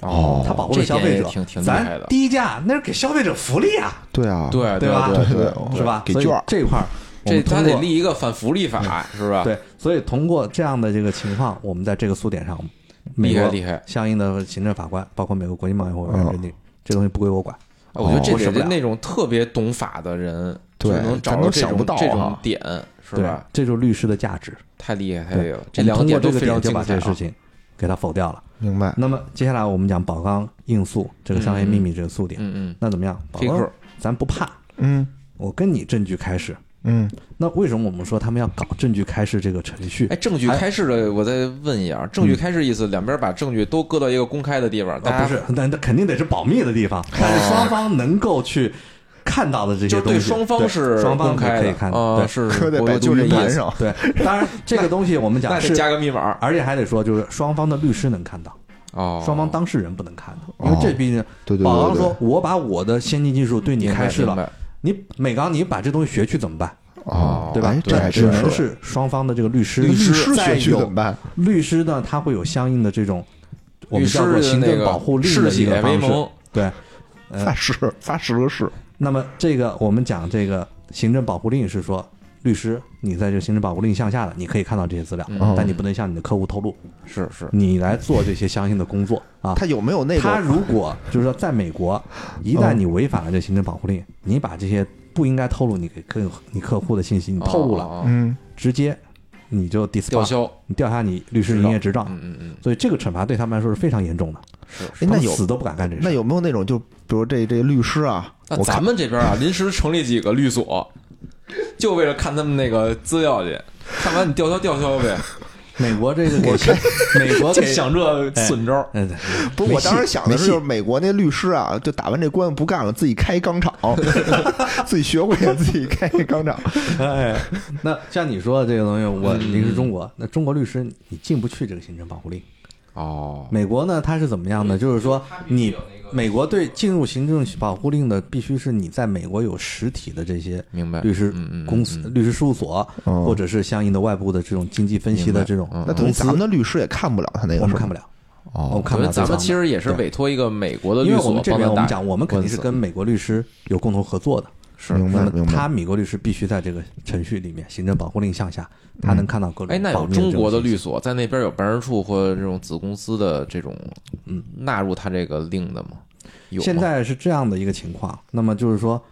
哦它保护了消费这点者也挺挺，厉害咱的，低价那是给消费者福利啊，对啊，对对吧对对对，对是吧？给所以券儿这块儿，我这们他通得过嗯立啊一个反福利法是吧？，对，所以通过这样的这个情况，我们在这个诉点上，美厉害国厉害哦相应的行政法官，包括美国国际贸易委员嗯会认定，这东西不归我管。哎我觉得这哦我受得不是了那种特别懂法的人，对就能找咱着都这想种不到啊这种点是对吧？？这就是律师的价值。太厉害太对厉害了，我们两通点过这都个非点常就精把这彩个啊事。情给它否掉了。明白。那么接下来我们讲宝钢应诉这个商业秘密这个诉点，嗯嗯，那怎么样？宝这钢个咱不怕，嗯我跟你证据开始。嗯，那为什么我们说他们要搞证据开示这个程序哎，？证据开示的，我再问一下，证据开示意思，两边把证据都搁到一个公开的地方，啊，大嗯不家哦是，那那肯定得是保密的 地方，但是双方能够去看到的这就些是东对西，双方对是双方公开可以的看，啊，对是可是，得我把有就这这么意盘思，上， 对。当然，这个东西我们那讲得加是，个密码而且还得说，就是双方的律师能看到，哦，双方当事人不能看到，因为这毕竟对对对宝钢对说，我把我的先进技术对你明白开示明白了，你美钢你把这东西学去怎么办？哦，对吧哎？这这还只真能是是双方的这个律师，律师再学区有怎么办？律师呢，他会有相应的这种我律们师叫做行那政个保护令嗜的一血个为方式。盟，对， 呃发誓发誓了誓，那么这个我们讲这个行政保护令是说，律师你在这个行政保护令项下的，你可以看到这些资料，嗯但你不能向你的客户透露，是是，你来做这些相应的工作啊。 他有没有嗯那他种？如果就是说，在美国，一旦你违反了这行政保护令，你把这些不应该透露你给客你客户的信息，你透露了，哦，哦哦嗯，直接你就 dis 吊，销，你吊销你律师营业执照。嗯嗯嗯，所以这个惩罚对他们来说是非常严重的，哎他那们有死都不敢干这事。那有没有那种就比如这这律师啊，那我咱看们这边啊，临时成立几个律所，就为了看他们那个资料去，看完你吊销吊销呗，美国这个给 美国就给想这损招儿。嗯，对不是我当时想的是，没戏就是美国那律师啊，就打完这官司不干了，自己开钢厂， 自己学会了自己开钢厂，哎，那像你说的这个东西，我你是中嗯国，那中国律师你进不去这个行政保护令。哦，美国呢，它是怎么样嗯呢？就是说它必须你有那个美国对进入行政保护令的，必须是你在美国有实体的这些明白律师嗯嗯嗯公司、律师事务所，哦或者是相应的外部的这种经济分析明白的这种嗯嗯那等于公咱司，们的律师也看不了他那个，是我们吧看不了。哦我们看不了这咱方们面。其实也是对委托一个美国的律因为我所们这帮边咱我们打讲，我们肯定官是司跟美国律师有共同合作的。是明白那明么白他美国律师必须在这个程序里面，行政保护令项下，他能看到各种。哎，那有中国的律，所在那边有办事处或者这种子公司的这种，嗯，纳入他这个令的吗？有吗现在是这样的一个情况。那么就是说，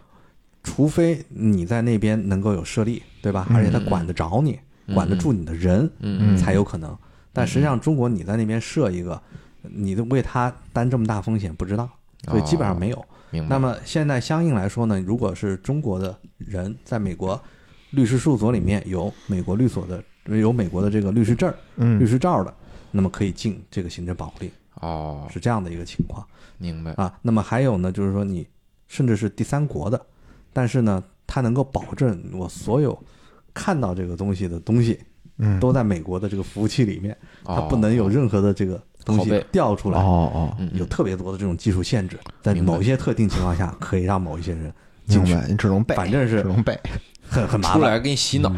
除非你在那边能够有设立，对吧？而且他管得着你，管得住你的人，嗯才有可能。但实际上，中国你在那边设一个，你都为他担这么大风险，不知道，所以基本上哦没有。明白那么现在相应来说呢，如果是中国的人在美国律师事务所里面有美国律所的有美国的这个律师证儿、律嗯，师照的，那么可以进这个行政保护令，哦，是这样的一个情况明白啊。那么还有呢，就是说你甚至是第三国的，但是呢，它能够保证我所有看到这个东西的东西，嗯都在美国的这个服务器里面，它哦不能有任何的这个东拷贝西调出来，哦哦，嗯嗯有特别多的这种技术限制，在明白某些特定情况下可以让某一些人进明去，白，你只能背，反正只是能背，很很麻出烦。来给你洗脑，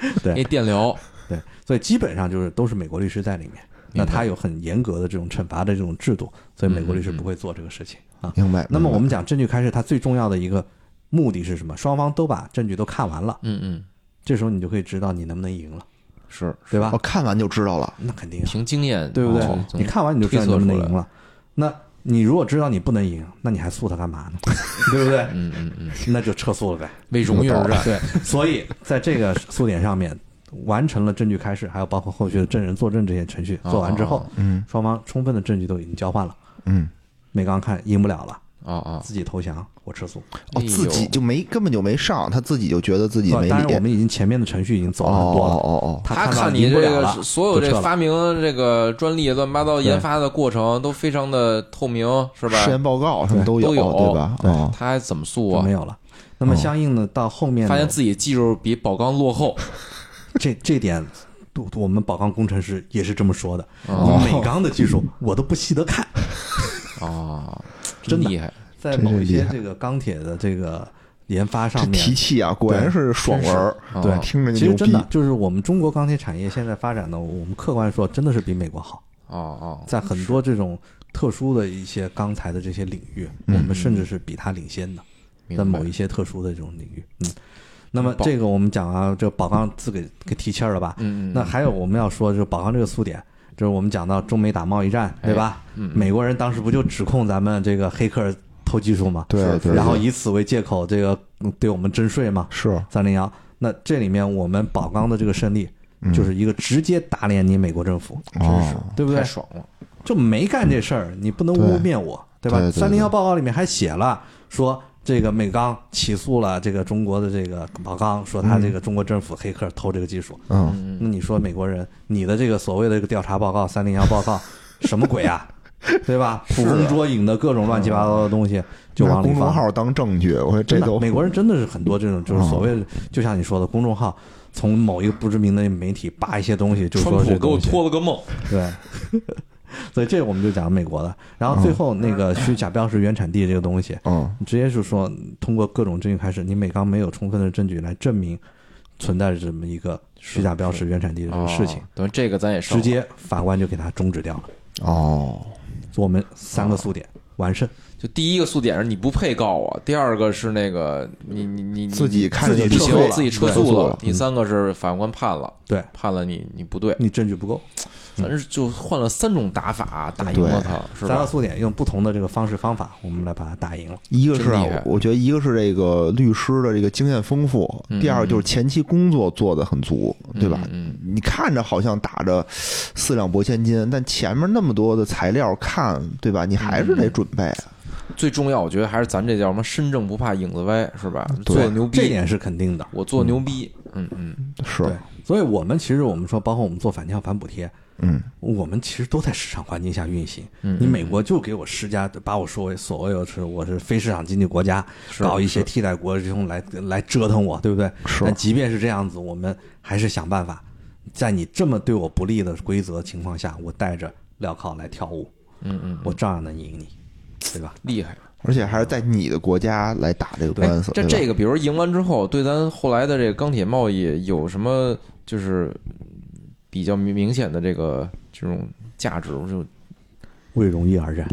嗯 对给你电疗，对，所以基本上就是都是美国律师在里面，明白那他有很严格的这种惩罚的这种制度，所以美国律师不会做这个事情嗯啊。明白。那么明白我们讲证据开示，它最重要的一个目的是什么？双方都把证据都看完了，嗯嗯，这时候你就可以知道你能不能赢了，是对吧哦我？哦看完就知道了，那肯定啊，凭经验，哦对不对从？从你看完你就知道你能不推能测赢出了。那你如果知道你不能赢，那你还诉他干嘛呢？ 对不对？嗯嗯嗯，那就撤诉了呗。为荣誉而战，对，所以在这个诉点上面完成了证据开示，还有包括后续的证人作证这些程序做完之后，嗯双方充分的证据都已经交换了。嗯，美刚看赢不了了，啊啊，自己投降，我撤诉。哦，自己就没根本就没上，他自己就觉得自己啊没哎当然，我理。们已经前面的程序已经走了很多了。哦哦哦他他到看你赢这不了个了，所有就撤这了发明这个专利乱七八糟对研发的过程都非常的透明，是吧？实验报告什么都都有对吧？哦，他还怎么诉就啊没？有了。那么相应的到后面呢，发现自己技术比宝钢落后，这这点，我我们宝钢工程师也是这么说的。哦你美钢的技术我都不稀得看，啊，真的厉害，在 真是某一厉些害这个钢铁的这个研发上这面提气啊，果然是爽文儿，哦真是对啊听着就其实牛真逼的。就是我们中国钢铁产业现在发展的，我们客观说真的是比美国好，哦哦，在很多这种特殊的一些钢材的这些领域，我们甚至是比它领先的，嗯明白在某一些特殊的这种领域。嗯，那么宝这个我们讲啊，这个宝钢自给给提气儿了吧？嗯嗯那还有我们要说，就是宝钢这个苏点，就是我们讲到中美打贸易战，对吧？嗯嗯美国人当时不就指控咱们这个黑客偷技术吗？对啊对然后对以此为借口，这个嗯对我们征税吗？是三零幺。那这里面我们宝钢的这个胜利，就是一个直接打脸你美国政府，嗯哦，对不对啊太？爽了，就没干这事儿，你不能对污蔑我，对嗯对吧？对对三零幺报告里面还写了说。这个美钢起诉了这个中国的这个宝钢，说他这个中国政府黑客偷这个技术。嗯，那你说美国人，你的这个所谓的这个调查报告三零幺报告，什么鬼啊？ 对吧？捕风捉影的各种乱七八糟的东西就拿往里啊公众放。号当证据，我说这真的，都美国人真的是很多这种，就是嗯所谓的，就像你说的公众号，从某一个不知名的媒体扒一些东西，就川说普这给我东西托了个梦，对。 所以这我们就讲美国的，然嗯后最后那个虚假标识原产地这个东西，嗯你直接是说通过各种证据开始，你美钢没有充分的证据来证明存在着这么一个虚假标识原产地的这个事情哦，，等于这个咱也上直接法官就给他终止掉了。哦，我们三个诉点完胜，就第一个诉点是你不配告我，第二个是那个你你你你嗯自己看着自己就撤不诉行，了自己撤对撤诉诉了了，第三个是法官判了，对判了你你不对，你证据不够，咱是就换了三种打法打赢了他，是三个吧？诉点用不同的这个方式方法，我们来把它打赢了。一个是啊真厉害，我觉得一个是这个律师的这个经验丰富，第二就是前期工作做得很足，对吧？你看着好像打着四两拨千斤，但前面那么多的材料看，对吧？你还是得准备。啊最重要，我觉得还是咱这叫什么身正不怕影子歪，是吧？对做牛这逼，点是肯定的。我做牛逼，嗯嗯，是对，，所以我们其实我们说，包括我们做反倾反补贴，嗯，我们其实都在市场环境下运行。嗯你美国就给我施加，把我说为所谓的是我是非市场经济国家，是搞一些替代国用来来折腾我，对不对？是但即便是这样子，我们还是想办法，在你这么对我不利的规则情况下，我带着镣铐来跳舞，嗯嗯，我照样能赢你，对吧？厉害。而且还是在你的国家来打这个哎官司，这对吧这个，比如赢完之后，对咱后来的这个钢铁贸易有什么就是比较明明显的这个这种价值？就为荣誉而战，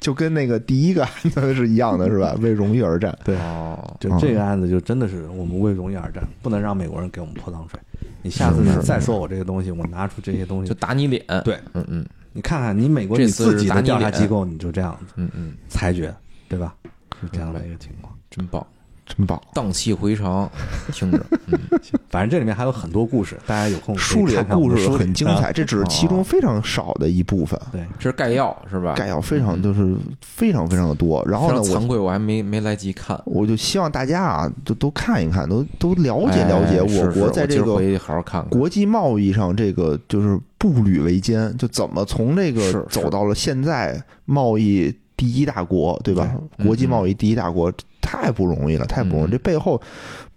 就跟那个第一个案子是一样的，是吧？为荣誉而战。对哦，就这个案子，就真的是我们为荣誉而战，不能让美国人给我们泼脏水。你下次你再说我这个东西，我拿出这些东西就，打你脸。对嗯嗯你看看你美国这你次是自己打的你调查脸机构，你就这样子嗯嗯，裁决，对吧？是这样的一个情况。真棒，真棒！荡气 回肠，听着，反正这里面还有很多故事，大家有空可以书里的看看我故们事书里很精。啊彩，这只是其中非常少的一部分。对，这是概要是吧？概要非常就是非常非常的多，然后非呢，常我惭愧，我还没没来及看，我就希望大家啊，都都看一看，都都了解了解哎是我是国在这我今儿个回去好好看看。国际贸易上这个就是步履维艰，就怎么从这是个是走到了现在贸易第一大国，对吧？嗯国际贸易第一大国太不容易了，太不容易。嗯这背后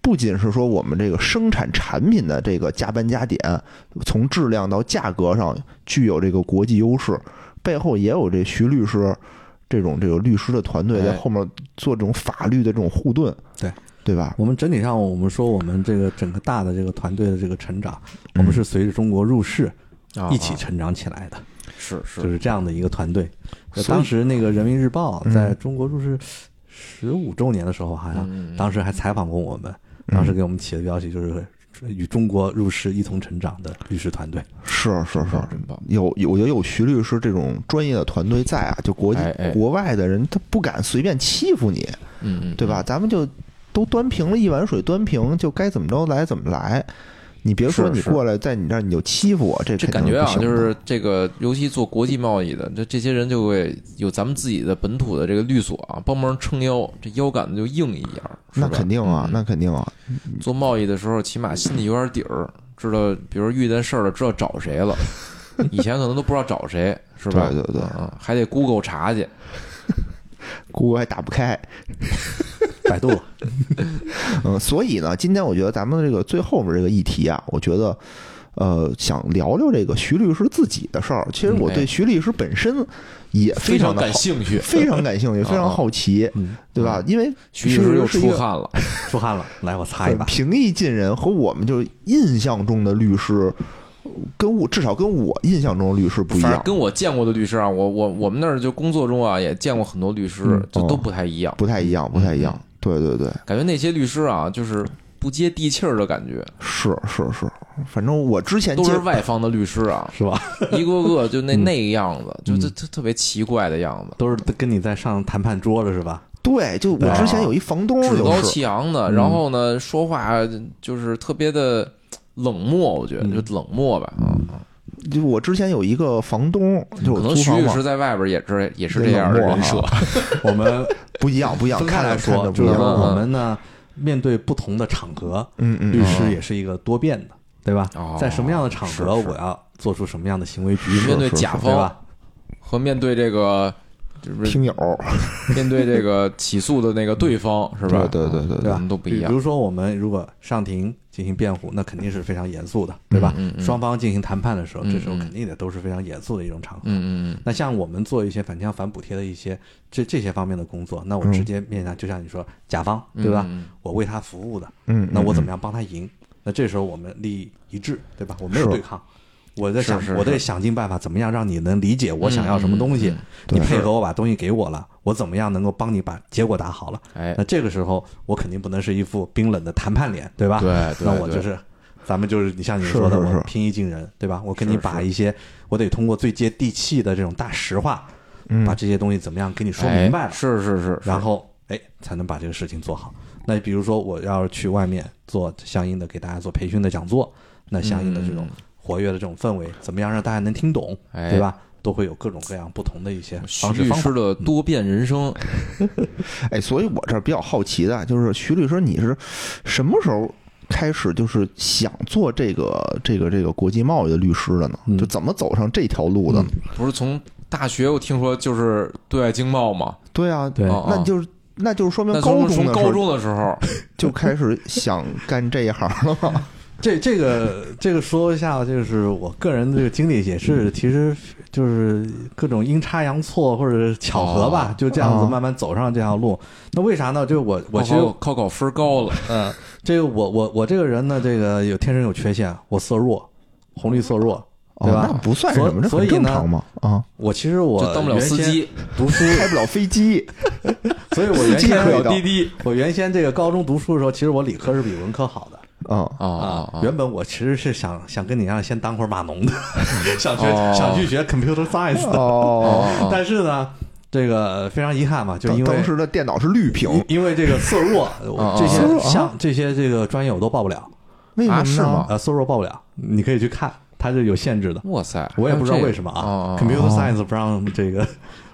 不仅是说我们这个生产产品的这个加班加点，从质量到价格上具有这个国际优势，背后也有这徐律师这种这个律师的团队在哎后面做这种法律的这种护盾，对对吧？我们整体上，我们说我们这个整个大的这个团队的这个成长，我嗯们是随着中国入世啊一起成长起来的。是是就是这样的一个团队。所以当时那个《人民日报嗯》在中国入世十五周年的时候，好嗯嗯像嗯当时还采访过我们，当嗯时给我们起的标题就是“与中国入世一同成长的律师团队是是是，嗯真棒，哎哎啊国外的人他不敢随便欺负你，嗯嗯，对吧？咱们就都端平了一碗水，端平就该怎么着来怎么来。你别说是你是过来在你这儿你就欺负我，这这肯感定觉不啊，行的就是这个，尤其做国际贸易的，这这些人就会有咱们自己的本土的这个律所啊，帮忙撑腰，这腰杆子就硬一点儿。是那吧肯定啊，嗯那肯定啊，做贸易的时候，起码心里有点底儿，知道，比如遇见事儿了，知道找谁 了。以前可能都不知道找谁，是吧？对对对啊，还得 Google 查去。锅还打不开。”，百度嗯，所以呢，今天我觉得咱们这个最后面这个议题啊，我觉得，呃，想聊聊这个徐律师自己的事儿。其实我对徐律师本身也非嗯哎非常常的感兴趣。非常感兴趣，非常好奇，嗯，对吧？因为徐律律师又是一出个汗了，出汗了，来我擦一很 把。平易近人，和我们就是印象中的律师，跟我至少跟我印象中的律师不一反正样，跟我见过的律师啊，我我我们那儿就工作中啊也见过很多律师嗯，就哦都不太一样，不太一嗯样，不太一样。对对对，感觉那些律师啊就是不接地气儿的感觉，是是是，反正我之前都接是外方的律师 啊，是吧？一个个就那嗯那个样子，就特特特别奇怪的样子，都是跟你在上谈判桌了是吧？对，就我对之前有一房东啊趾就高是，气扬的，嗯然后呢说话就是特别的冷漠，我觉得嗯就冷漠吧，啊就我之前有一个房东，就可我能租徐房律嘛师，在外边也是也是这样的冷漠啊人设，我们不一样不一样，分开看来着看说着，不就一是样说嗯啊，我们呢，面对不同的场合，嗯嗯，律师也是一个多变的，对吧哦？在什么样的场合，是是我要做出什么样的行为举是止，面对甲对方吧？和面对这个就是听友面对这个起诉的那个对 方是吧？啊对对对对对我们都不一比样如。说，我们如果上庭进行辩护，那肯定是非常严肃的，对吧？嗯嗯嗯双方进行谈判的时候，嗯这时候嗯肯定得都是非常严肃的一种场合。嗯嗯那像我们做一些反倾销、反补贴的一些这这些方面的工作，那我直接面向，就像你说甲方，嗯，对吧？嗯？我为他服务的，嗯，那我怎么么样帮他赢？那这时候我们利益一致，对吧？我没有是对抗，我在想是是，我得想尽办法，怎么样让你能理解我想要什么东西嗯嗯？你对配合我把东西给我了，我怎么样能够帮你把结果打好了？哎那，这个时候我肯定不能是一副冰冷的谈判脸，对吧？对对 那我对就是。咱们就是你像你说的，是是是我平易近人，对吧？我跟你是是把一些，我得通过最接地气的这种大实话，把这些东西怎么样跟你说明嗯白哎了，是是是，然后哎才能把这个事情做好。那比如说我要去外面做相应的给大家做培训的讲座，那相应的这种嗯活跃的这种氛围，怎么样让大家能听懂，哎对吧？都会有各种各样不同的一些徐方式律方师法。嗯的多变人生，哎，所以我这儿比较好奇的啊就是，徐律师，你是什么时候开始就是想做这个这个这个国际贸易的律师的呢？嗯就怎么走上这条路的呢？不是从大学我听说就是对外经贸嘛，对啊，对哦那你就是那就是说明那高从中从的时高候中的时候，就开始想干这一行了吗？这这个这个说一下，就是我个人的这个经历也嗯是，其实就是各种阴差阳错或者巧合吧，就这样子哦慢慢走上这条路。那为啥呢？就是我我其实高考高考分儿高了，嗯，这个我我我这个人呢，这个有天生有缺陷，我色弱，红绿色弱，对哦吧？那不算什么，这所很以所以正呢常嘛啊，我其实我就当不了司机，读书， 开不了飞机， 所以我原司机先开可不以了的滴滴我原先这个高中读书的时候，其实我理科是比文科好的啊，啊啊啊！原本我其实是想想跟你一样，先当会儿码农 的，想学、哦想去学 computer science 的，哦，哦但啊是呢，这个非常遗憾嘛，就当因为当时的电脑是绿屏，因因为这个色弱，哦我这色弱些啊像这些这个专业我都报不了，为什么啊嗯呢？是吗呃，色弱报不了，你可以去看，它是有限制的。哇塞，我也不知道为什么还有啊 这个哦，Computer Science 不让这个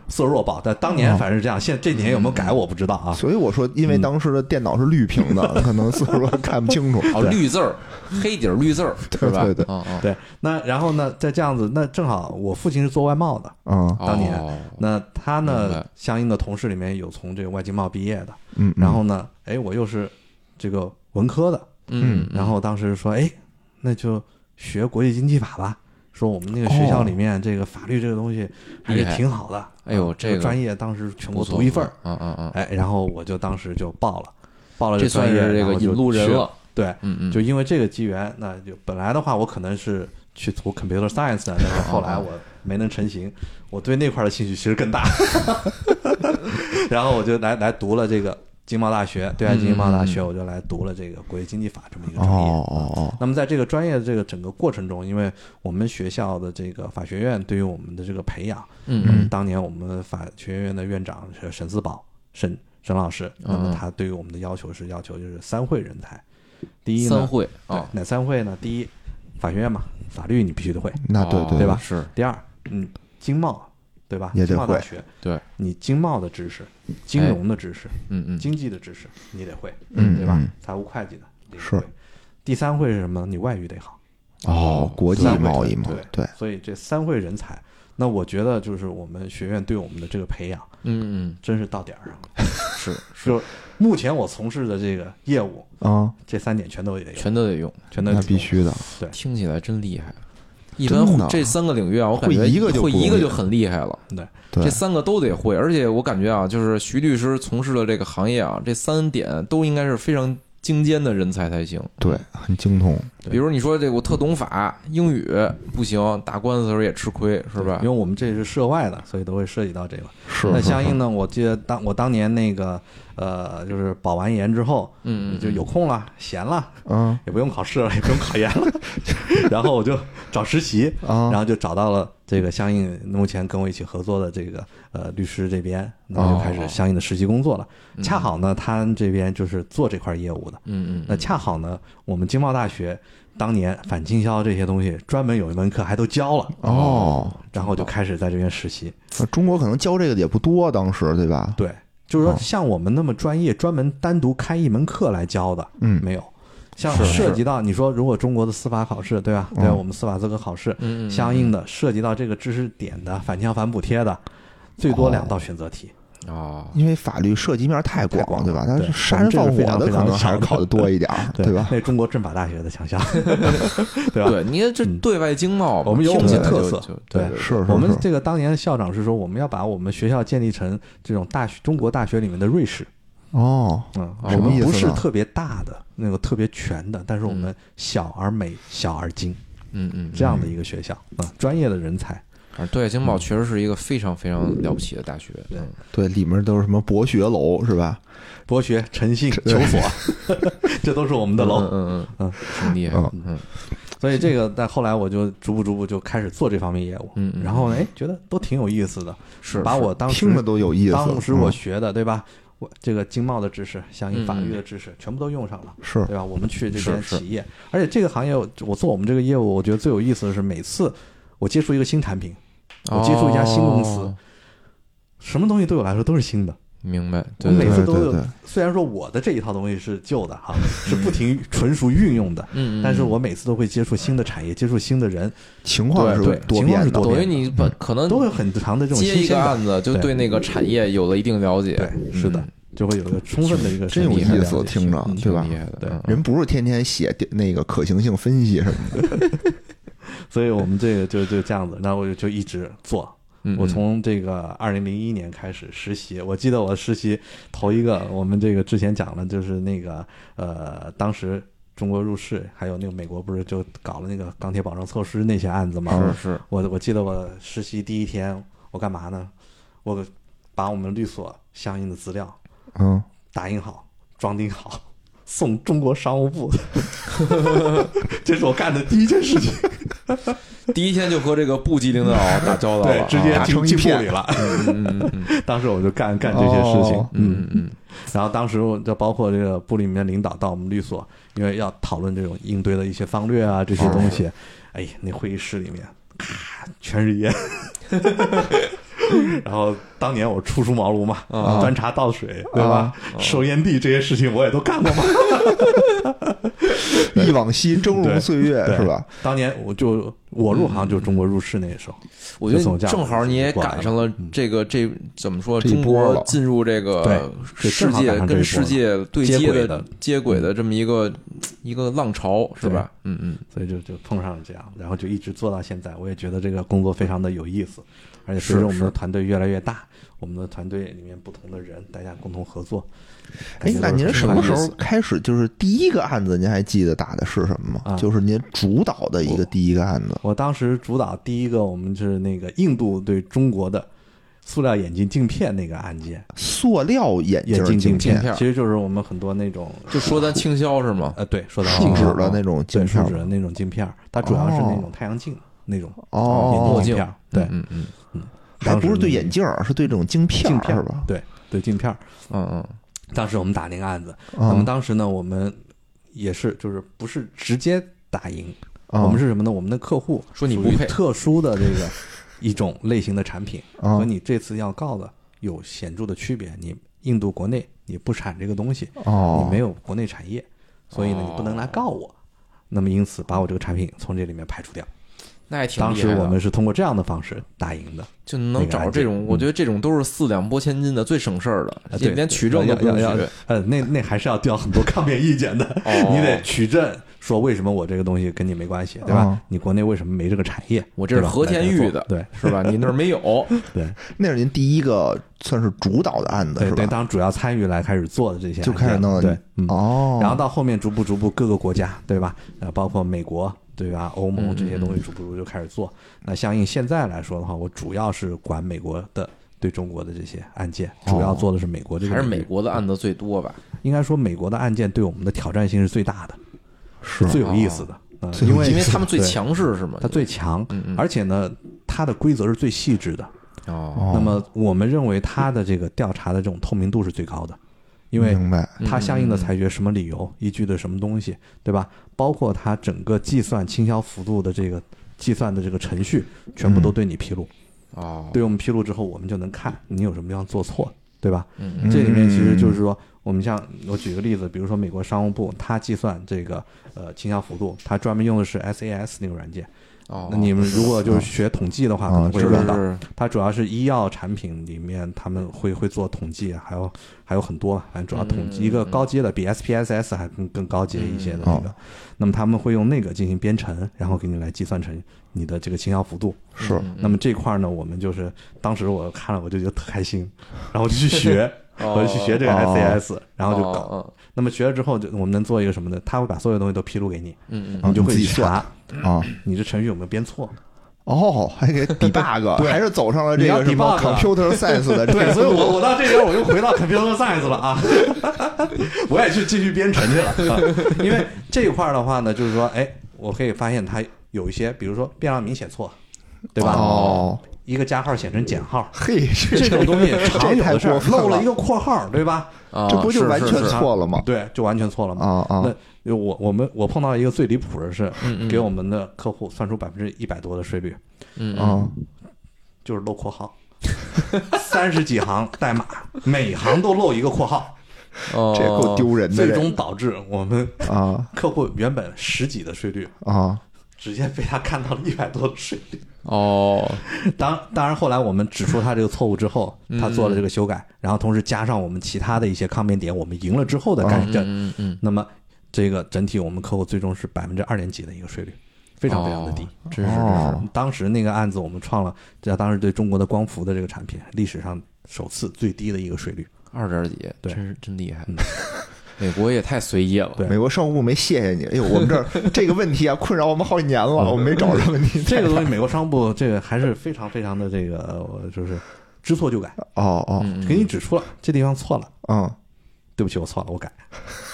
色弱报，但当年反正是这样，现这几年有没有改我不知道啊。所以我说，因为当时的电脑是绿屏的，可能所以说看不清楚。哦哦，绿字儿，黑底儿绿字 儿，是吧？对对哦哦对，那然后呢，再这样子，那正好我父亲是做外贸的，啊，哦当年那他明呢白，相应的同事里面有从这个外经贸毕业的，嗯，然后呢，哎，我又是这个文科的，嗯，然后当时说，哎，那就学国际经济法吧。说我们那个学校里面这个法律这个东西还是厉害挺好的，啊哎呦这这个专业当时全不国错独一份儿，，嗯嗯嗯，哎，然后我就当时就报了，报了这专算业，是这然个后就引路人学。了，对，嗯嗯，就因为这个机缘，那就本来的话，我可能是去读 computer science 的，但是后来我没能成型，我对那块儿的兴趣其实更大，然后我就来来读了这个经贸大学，对外经贸大学，我就来读了这个国际经济法这么一个哦专业。哦哦，那么在这个专业的这个整个过程中，因为我们学校的这个法学院对于我们的这个培养，嗯嗯，当年我们法学院的院长是沈四宝，沈沈老师，那么他对于我们的要求是要求就是三会人才，第一呢，三会对啊，哪三会呢？第一，法学院嘛，法律你必须得会；那对哦对对吧是第二，嗯，经贸，对吧？也得经贸大会学，对，你经贸的知识、金融的知识、嗯嗯，经济的知识你得会，嗯对吧嗯？财务会计的你得是会。第三会是什么呢？你外语得好。哦，国际三会贸易嘛，对对，所以这三会人才，那我觉得就是我们学院对我们的这个培养，嗯嗯，真是到点儿上了。 是就目前我从事的这个业务，啊，这三点全都得有，全都得用，全都得那有必。须的。听起来真厉害。一真般的这三个领域啊，我感觉会一个就会不容一个易就很厉害了。对，对这，三个都得会，而且我感觉啊，就是徐律师从事的这个行业啊，这三点都应该是非常精尖的人才才行。对，很精通。对比如你说这我特懂法，英语不行，打官司的时候也吃亏，是吧因为？我们这是涉外的，所以都会涉及到这个。是那相应呢，我记得当我当年那个呃，就是保完研之后，嗯，就有空了，闲了，啊也不用考试了，也不用考研了，然后我就找实习，啊然后就找到了这个相应目前跟我一起合作的这个呃律师这边，那就开哦始相应的实习工作了。恰好呢，他这边就是做这块业务的。嗯嗯，那恰好呢，我们经贸大学当年反倾销这些东西专门有一门课还都教了，哦，然后我就开始在这边实习。那中国可能教这个的也不多，当时对吧？对，就是哦说像我们那么专业，专门单独开一门课来教的，嗯没有。像是涉及到你说，如果中国的司法考试，对吧？对吧，嗯我们司法资格考试，嗯嗯嗯相应的涉及到这个知识点的反倾销反补贴的，最哦多两道选择题。啊，因为法律涉及面太太广广，了对吧？它对杀人放我火们这个非常的非可常能还是少的考的多一点儿，对吧？那中国政法大学的 强项，对吧？对，你看这对外经贸嘛，嗯我们有我听起们的来就特色就对对对是是我们是这个当年校长是说，我们要把我们学校建立成这种大学中国大学里面的瑞士，哦，嗯，什我么意们思呢不是特别大的那个特别全的，但是我们小而美、小而精嗯嗯，这样的一个学校啊，专业的人才，反正对外经贸确实是一个非常非常了不起的大学。对嗯对，里面都是什么博学楼是吧？博学、诚信、求索， 这都是我们的嗯楼。嗯嗯嗯，挺厉害的。嗯所以这个，但后来我就逐步逐步就开始做这方面业务，嗯嗯然后呢，哎，觉得都挺有意思的，是把我当时听着都有意思。当时我嗯学的，对吧？我这个经贸的知识，相应法律嗯的知识，全部都用上了。是对吧？我们去这是边是企业，而且这个行业，我做我们这个业务，我觉得最有意思的是，每次我接触一个新产品，我接触一家新公司哦什么东西对我来说都是新的。明白，我对每对，次对都对有对，虽然说我的这一套东西是旧的哈， 是不停纯属运用的，嗯，嗯但是我每次都会接触新的产业，接触新的人，情况对是对多情况变是的多等变于你把可能都会有很长的这嗯种接新一鲜个嗯感。案子，就对对那个产业有了一定了解。对，是的，就会有一个充分的一个真有深入意的思，了解听着嗯，对挺吧厉？害的。对嗯人不是天天写那个可行性分析什么的，所以我们这个就就这样子，那我就一直做，嗯我从这个二零零一年开始实习，我记得我实习头一个，我们这个之前讲了，就是那个呃，当时中国入世，还有那个美国不是就搞了那个钢铁保障措施那些案子嘛。嗯是是我我记得我实习第一天，我干嘛呢？我把我们律所相应的资料嗯，打印好，装订好， 送中国商务部， 这是我干的第一件事情。 第一天就和这个部级 领导打交道了，啊对，直接打进成一进部片里了。 嗯嗯嗯当时我就干干这些事情，哦嗯嗯。嗯然后当时我就包括这个部里面领导到我们律所，因为要讨论这种应对的一些方略啊这些东哦西，哎呀，那会议室里面，咔，全 是烟。然后当年我初出茅庐嘛，哦啊端茶倒水，对吧？收烟蒂这些事情我也都干过嘛。忆往昔峥嵘岁月对是吧？？当年我就我入行就中国入市那时嗯候，我觉就从得这样正好你也过来了嗯赶上了这个这怎么说？这一中波国了进入这个对世正好赶界上这一跟波世界对接接轨的的嗯接轨的这么一个一个浪潮，是吧？嗯嗯，所以就就碰上了这样，然后就一直做到现在。我也觉得这个工作非常的有意思，而且随着我们的团队越来越大，我们的团队里面不同的人，大家共同合作。 哎，那感您觉都是什么很有时意候思 开始就是第一个案子？您还记得打的是什么吗？啊就是您主导的一个第一个案子。我当时主导第一个，我们是那个印度对中国的塑料眼镜镜片那个案件，塑料眼眼镜镜片，片其实就是我们很多那种就说咱倾销是吗？呃，对，说到树脂的那种镜啊对树片脂的那种镜片，它主要是那种太阳镜那种呃哦啊镜眼镜片，对，嗯嗯还不是对眼眼镜儿，是对这种镜片镜儿片是吧？对对镜片，嗯嗯当时我们打那个案子，啊那么当时呢，我们也是就是不是直接打赢，啊我们是什么呢？我们的客户说你属不于配特殊的这个一种类型的产品，啊和你这次要告的有显著的区别。你印度国内你不产这个东西，哦你没有国内产业，所以呢哦你不能来告我。那么因此把我这个产品从这里面排除掉。那也挺当厉时害我的，们是通过这样的方式打赢的，就能找着这种，我觉得这种都是四两拨千斤的，最省事儿的，嗯啊对连连取证都要不用要取要。呃，那那还是要调很多抗辩意见的，哦你得取证。说为什么我这个东西跟你没关系，对吧？哦你国内为什么没这个产业？我这是对吧和田玉的对是吧？你那儿没 有，对那 是您第一个算是主导的案子对是对，吧？当主要参与来开始做的这些案件，就开始弄了对，嗯，哦，然后到后面逐步逐步各个国家，对吧？呃，包括美国，对吧？欧盟嗯这些东西逐步逐步就开始做。那相应现在来说的话，我主要是管美国的对中国的这些案件，主哦要做的是美国这个还是领域美。国的案子最多吧？应该说，美国的案件对我们的挑战性是最大的，是哦最有意思的。嗯，最有因意为思因为他们最 对强势是吗？它最强嗯嗯，而且呢，它的规则是最细致的。哦，哦那么我们认为它的这个调查的这种透明度是最高的，因为明白，它相应的裁决什么理嗯由，依据的什么东西，对吧？包括它整个计算倾销幅度的这个计算的这个程序，全嗯部都对你披露。哦，对我们披露之后，我们就能看你有什么地方做错，对吧？嗯这里面其实就是说，我们像我举个例子，比如说美国商务部，它计算这个呃倾销幅度，它专门用的是 SAS 那个软件。哦，那你们如果就是学统计的话，可哦能就会是知道。它主要是医药产品里面，他们会会做统计，还有还有很多嘛，反正主要统计嗯，一个高阶的，比 SPSS 还更更高阶一些的嗯那个。那么他们会用那个进行编程，然后给你来计算成你的这个倾销幅度。是那么这块儿呢，我们就是当时我看了我就觉得特开心，然后我就去学哦我就去学这个哦 SCS，然后就搞。哦那么学了之后，就我们能做一个什么呢？他会把所有东西都披露给你，嗯嗯哦你就会你自己查啊，你这程序有没有编错。哦，还 给 debug，还是走上了这你要个什么 debug 啊 computer science 的这对，个所以我我到这边我又回到 computer science 了啊， 我也去继续编程去了、啊因为这一块儿的话呢，就是说，哎，我可以发现它有一些，比如说变量名写错，对吧？哦，一个加号写成减号，嘿，这这种东西常这有太的事过儿，分漏了一个括号，对吧？哦，这不就啊完全是是是错了吗？对，就完全错了嘛。啊啊，那我我们我碰到一个最离谱的是嗯，嗯给我们的客户算出百分之一百多的税率，嗯嗯啊，就是漏括号，三十几行代码，每行都漏一个括号。哦，这也够丢人的，嗯最终导致我们这啊客户原本十几的税率，啊，直接被他看到了一百多的税率。哦，当当然，后来我们指出他这个错误之后，嗯他做了这个修改，然后同时加上我们其他的一些抗辩点，我们赢了之后的改正。嗯嗯那么这个整体我们客户最终是百分之二点几的一个税率，非常非常的低哦。这是哦当时那个案子我们创了，这当时对中国的光伏的这个产品历史上首次最低的一个税率。二点几，对真是真厉害嗯，美国也太随意了。 对美国商务部没谢谢你，哎呦，我们这 儿这个问题啊困扰我们好几年了，我们没找着问题在这哪个 儿。东西，美国商务部这个还是非常非常的这个，呃就是知错就改，哦哦嗯，嗯给你指出了这地方错了，嗯，对不起，我错了，我改，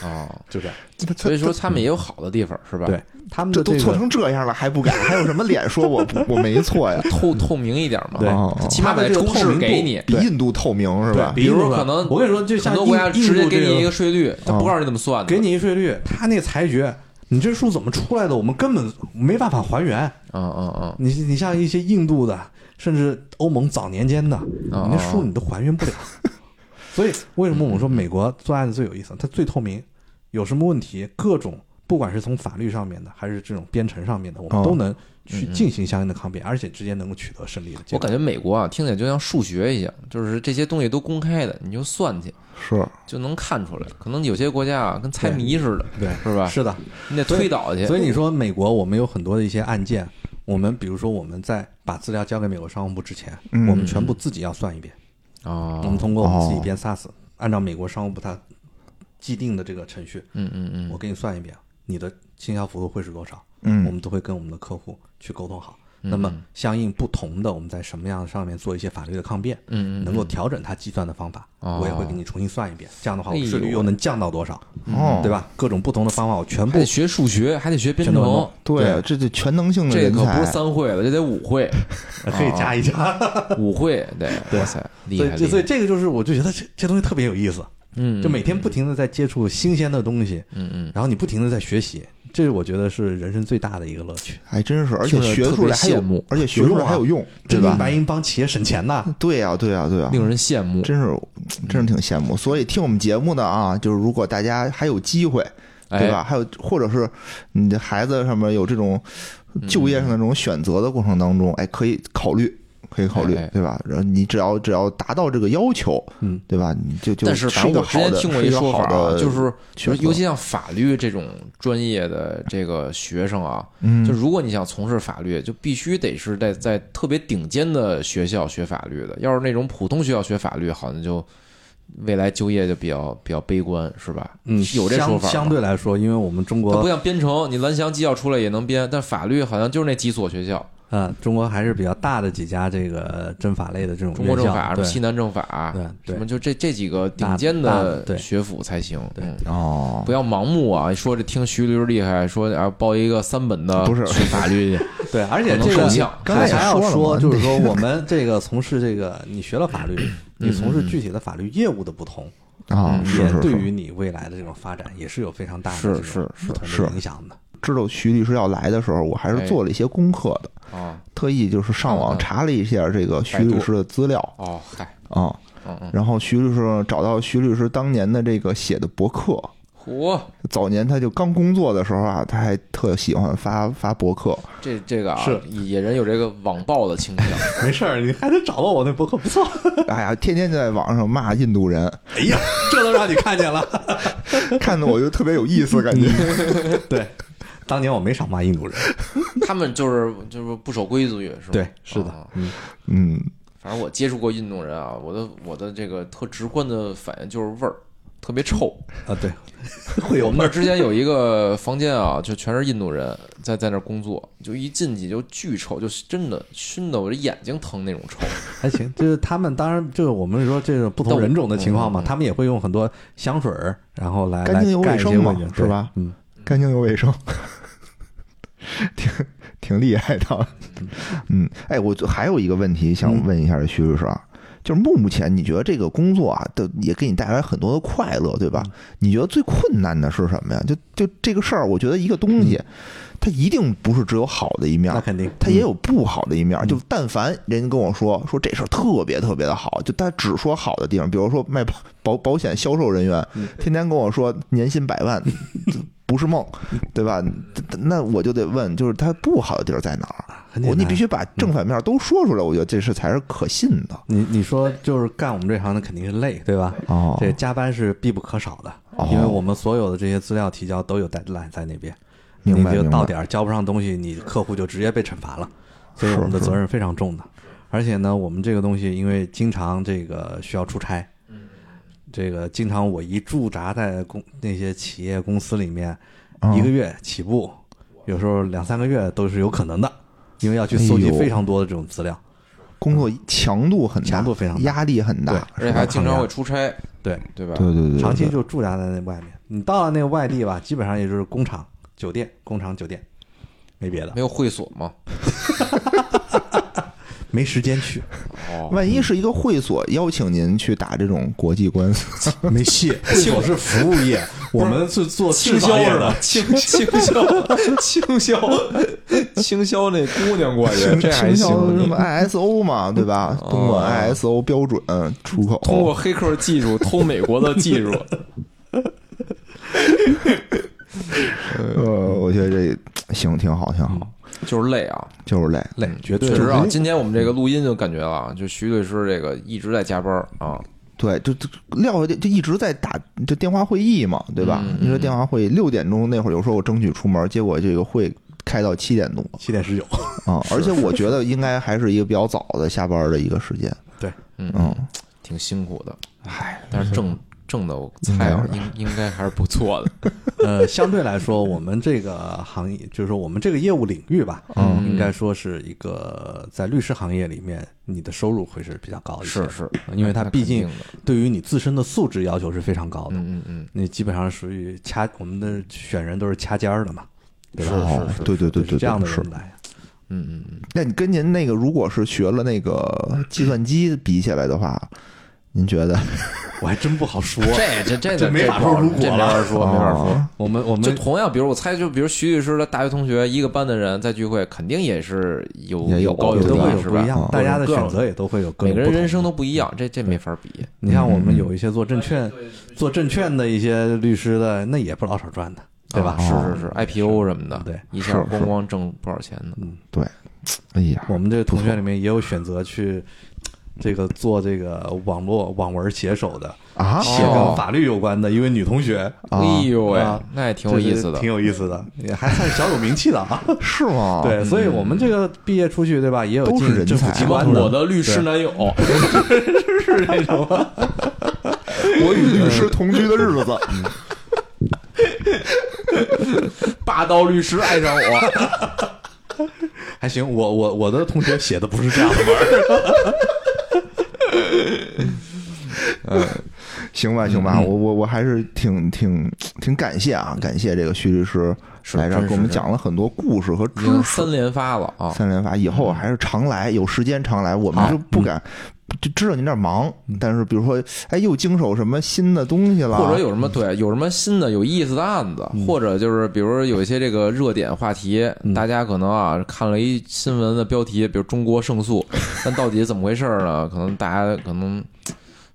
哦，就这样。所以说他们也有好的地方是吧？，对他们这的都这错个，成这样了还不改，还有什么脸说我不我没错呀？透透明一点嘛， 对哦他哦起码把它这个公透式明度给你，比印度透明是吧？对比如印度可的能我跟你说，就很像多印国家直接印度给这你一个个税率，他不哦告诉你怎么算的，给你一税率，他那裁决，你这数怎么出来的，我们根本没办法还原。嗯嗯嗯，你你像一些印度的，甚至欧盟早年间的，你啊那数你都还原不了。 所以为什么我们说美国做案子最有意思？它最透明，有什么问题，各种不管是从法律上面的，还是这种编程上面的，我们哦都能去嗯进行相应的抗辩，而且直接能够取得胜利的结我果。感觉美国啊，听起来就像数学一样，就是这些东西都公开的，你就算去是就能看出来。可能有些国家啊，跟猜谜似的，对，是吧？是的，你得推导去。啊所以你说美国，我们有很多的一些案件，我们比如说我们在把资料交给美国商务部之前，嗯我们全部自己要算一遍，我哦们，通过我们自己哦编 SAS，、按照美国商务部它既定的这个程序，嗯嗯嗯，我给你算一遍，你的倾销幅度会是多少？嗯我们都会跟我们的客户去沟通好。嗯那么相应不同的，我们在什么样的上面做一些法律的抗辩，嗯嗯能够调整它计算的方法，哦我也会给你重新算一遍。这样的话，哎我呦税率又能降到多少，哦，嗯对吧？各种不同的方法，我还全部得学数学，还得学编全都程弄，对对，这就全能性的这人可才不是三会了，这得五会， 可以加一加。五会得， 哇塞，哎哦厉所害以，厉所以害。这个就是，我就觉得这这东西特别有意思，嗯，就每天不停的在接触新鲜的东西，嗯嗯，然后你不停的在学习，这我觉得是人生最大的一个乐趣，还真是，而且听着学特出别来还有羡慕，而且学出有来用啊还有用，对真金吧？白银帮企业省钱呐。 对呀、对啊呀、对呀、令人羡慕。啊真是真是挺羡慕。所以听我们节目的啊，就是如果大家还有机会。哎对吧？还有或者是你的孩子上面有这种嗯就业上的这种选择的过程当中，哎，可以考虑。可以考虑哎哎，对吧？然后你只要只要达到这个要求，嗯，对吧？你就就但是是反一正个我之好前的，听过是一一个说好法啊，的，就是选择尤其像法律这种专业的这个学生啊，嗯就如果你想从事法律，就必须得是在在特别顶尖的学校学法律的。要是那种普通学校学法律，好像就未来就业就比较比较悲观，是吧？嗯，有这说相法啊吗相对来说，因为我们中它不国，像编程，你蓝翔技校出来也能编，但法律好像就是那几所学校，呃，中国还是比较大的几家这个政法类的这种中国嗯政院校法、什么对西南政法啊对，对什么就这这几个顶大尖大的对的学府才行。对嗯哦，不要盲目啊！说这听徐律师厉害，说啊报一个三本的不是学法律去，对，而且这可能受个呛刚才还要说，哎就是说我们这个从事这个，你学了法律，你从事具体的法律业务的不同，啊，嗯是也是对是，于你未来的这种发展也是有非 常大的是这种是不同是的影响的。知道徐律师要来的时候，我还是哎做了一些功课的，嗯啊特意就是上嗯网嗯查了一下这个徐百度律师的资料哦嗨，啊，嗯嗯，然后徐律师找到徐律师当年的这个写的博客。嚯，早年他就刚工作的时候啊，他还特喜欢发发博客，这这个啊是，野人有这个网暴的倾向， 没事儿，你还能找到我那博客，不错。哎呀，天天就在网上骂印度人，哎呀，这都让你看见了。 看得我就特别有意思，感觉。 对，当年我没少骂印度人。他们就是就是不守规矩，是吧？对，是的啊，嗯，嗯，反正我接触过印度人啊，我的我的这个特直观的反应就是味儿特别臭。啊，对，会有我们那味儿儿。之前有一个房间啊， 就全是印度人在在那儿工作，就一进去就巨臭，就真的熏的我这眼睛疼那种 臭。还行，就是他们当然就是我们说这种不同人嗯种的情况嘛，他们也会用很多香水儿，然后来干净又卫生嘛来盖一些味觉是吧？对嗯，干净又卫生， 挺挺厉害的。嗯，哎，我就还有一个问题想问一下徐律师啊，就是目前你觉得这个工作啊，的也给你带来很多的快乐，对吧？你觉得最困难的是什么呀？就就这个事儿，我觉得一个东西，它一定不是只有好的一面那。肯定，嗯它也有不好的一面，就但凡人跟我说说这事儿特别特别的好，就他只说好的地方，比如说卖保保保险销售人员，嗯天天跟我说年薪百万不是梦，对吧？那我就得问，就是他不好的地儿在哪儿？很我你简单必须把正反面都说出来，我觉得这事才是可信的。你你说就是干我们这行的肯定是累，对吧？哦这加班是必不可少的，哦因为我们所有的这些资料提交都有 deadline 在那边，明白你就明白到点儿交不上东西，你客户就直接被惩罚了，所以是我们的是责任非常重的。而且呢，我们这个东西因为经常这个需要出差，嗯这个经常我一驻扎在公那些企业公司里面，嗯一个月起步，有时候两三个月都是有可能的，因为要去搜哎集呦非常多的这种资料。工作强度很大，强度非常大压力很大，而且还经常会出差，对，对吧？对对对，长期对就驻扎在那外面。你到了那个外地吧，基本上也就是工厂、酒店、工厂、酒店，没别的没，有会所嘛？没时间去，哦，万一是一个会所邀请您去打这种国际官司，没戏。我是服务业，我们是做清制造销业是吧？，清清销，清销，清销那姑娘过去，这还倾行销。什么 ISO 嘛，对吧？哦通过 ISO 标准出口，通过黑客技术偷美国的技术，呃，我觉得这行挺好，挺嗯好， 就是累啊！就是累，累，绝对确实啊，累今天我们这个录音就感觉啊，就徐律师这个一直在加班儿啊，对，就就撂下就一直在打这电话会议嘛，对吧嗯？你说电话会议六点钟那会儿，有时候我争取出门，结果这个会开到七点多七点十九，啊，而且我觉得应该还是一个比较早的下班的一个时间，对，嗯，挺辛苦的。唉，但是挣挣的我猜啊，应应该还是不错的。呃，相对来说，我们这个行业，就是说我们这个业务领域吧，嗯应该说是一个在律师行业里面，你的收入会是比较高一些，是是，因为它那毕肯定竟的对于你自身的素质要求是非常高的。嗯嗯嗯，那基本上属于掐我们的选人都是掐尖儿的嘛，对吧？哦对对对是对，这样的对是人。来。嗯嗯嗯，那你跟您那个，如果是学了那个计算机比起来的话，您觉得？我还真不好说，这这这 这没法不好说如果这没法了说，没法说。哦我们我就们同样，比如我猜，就比如徐律师的大学同学，一个班的人在聚会，肯定也是有也有高有低都的会的，有啊是不一吧？样哦，大家的各选种择也都会有各每种个人人生都，都不一样，这这没法比。嗯你像我们有一些做证券、做证券的一些律师的，那也不老少赚的，对吧？啊是是是，IPO 什么的，对，一下是咣咣挣不少钱呢。哎呀，我们这个同学里面也有选择去这个做这个网络网文写手的，啊写跟法律有关的一位女同学，啊哎呦喂啊，那也挺有意思这是的挺。有意思的， 也还算小有名气的啊。是吗？对，所以我们这个毕业出去，对吧？也有都是进人政府才机挺关的，我的律师对男友，是那 种。我与律师同居的日子，霸道律师爱上我， 还行，我我我的同学写的不是这样的 文儿，行嗯吧，行吧，我我我还是挺挺挺感谢啊，感谢这个徐律师来这儿真给我们是讲了很多故事和已知经识。三连发了啊！三连发以后还是常来，有时间常来，我们好嗯就不敢。就知道您这儿忙，但是比如说，哎，又经手什么新的东西了，或者有什么对有什么新的有意思的案子，或者就是比如说有一些这个热点话题，大家可能啊看了一新闻的标题，比如中国胜诉，但到底怎么回事儿呢？可能大家可能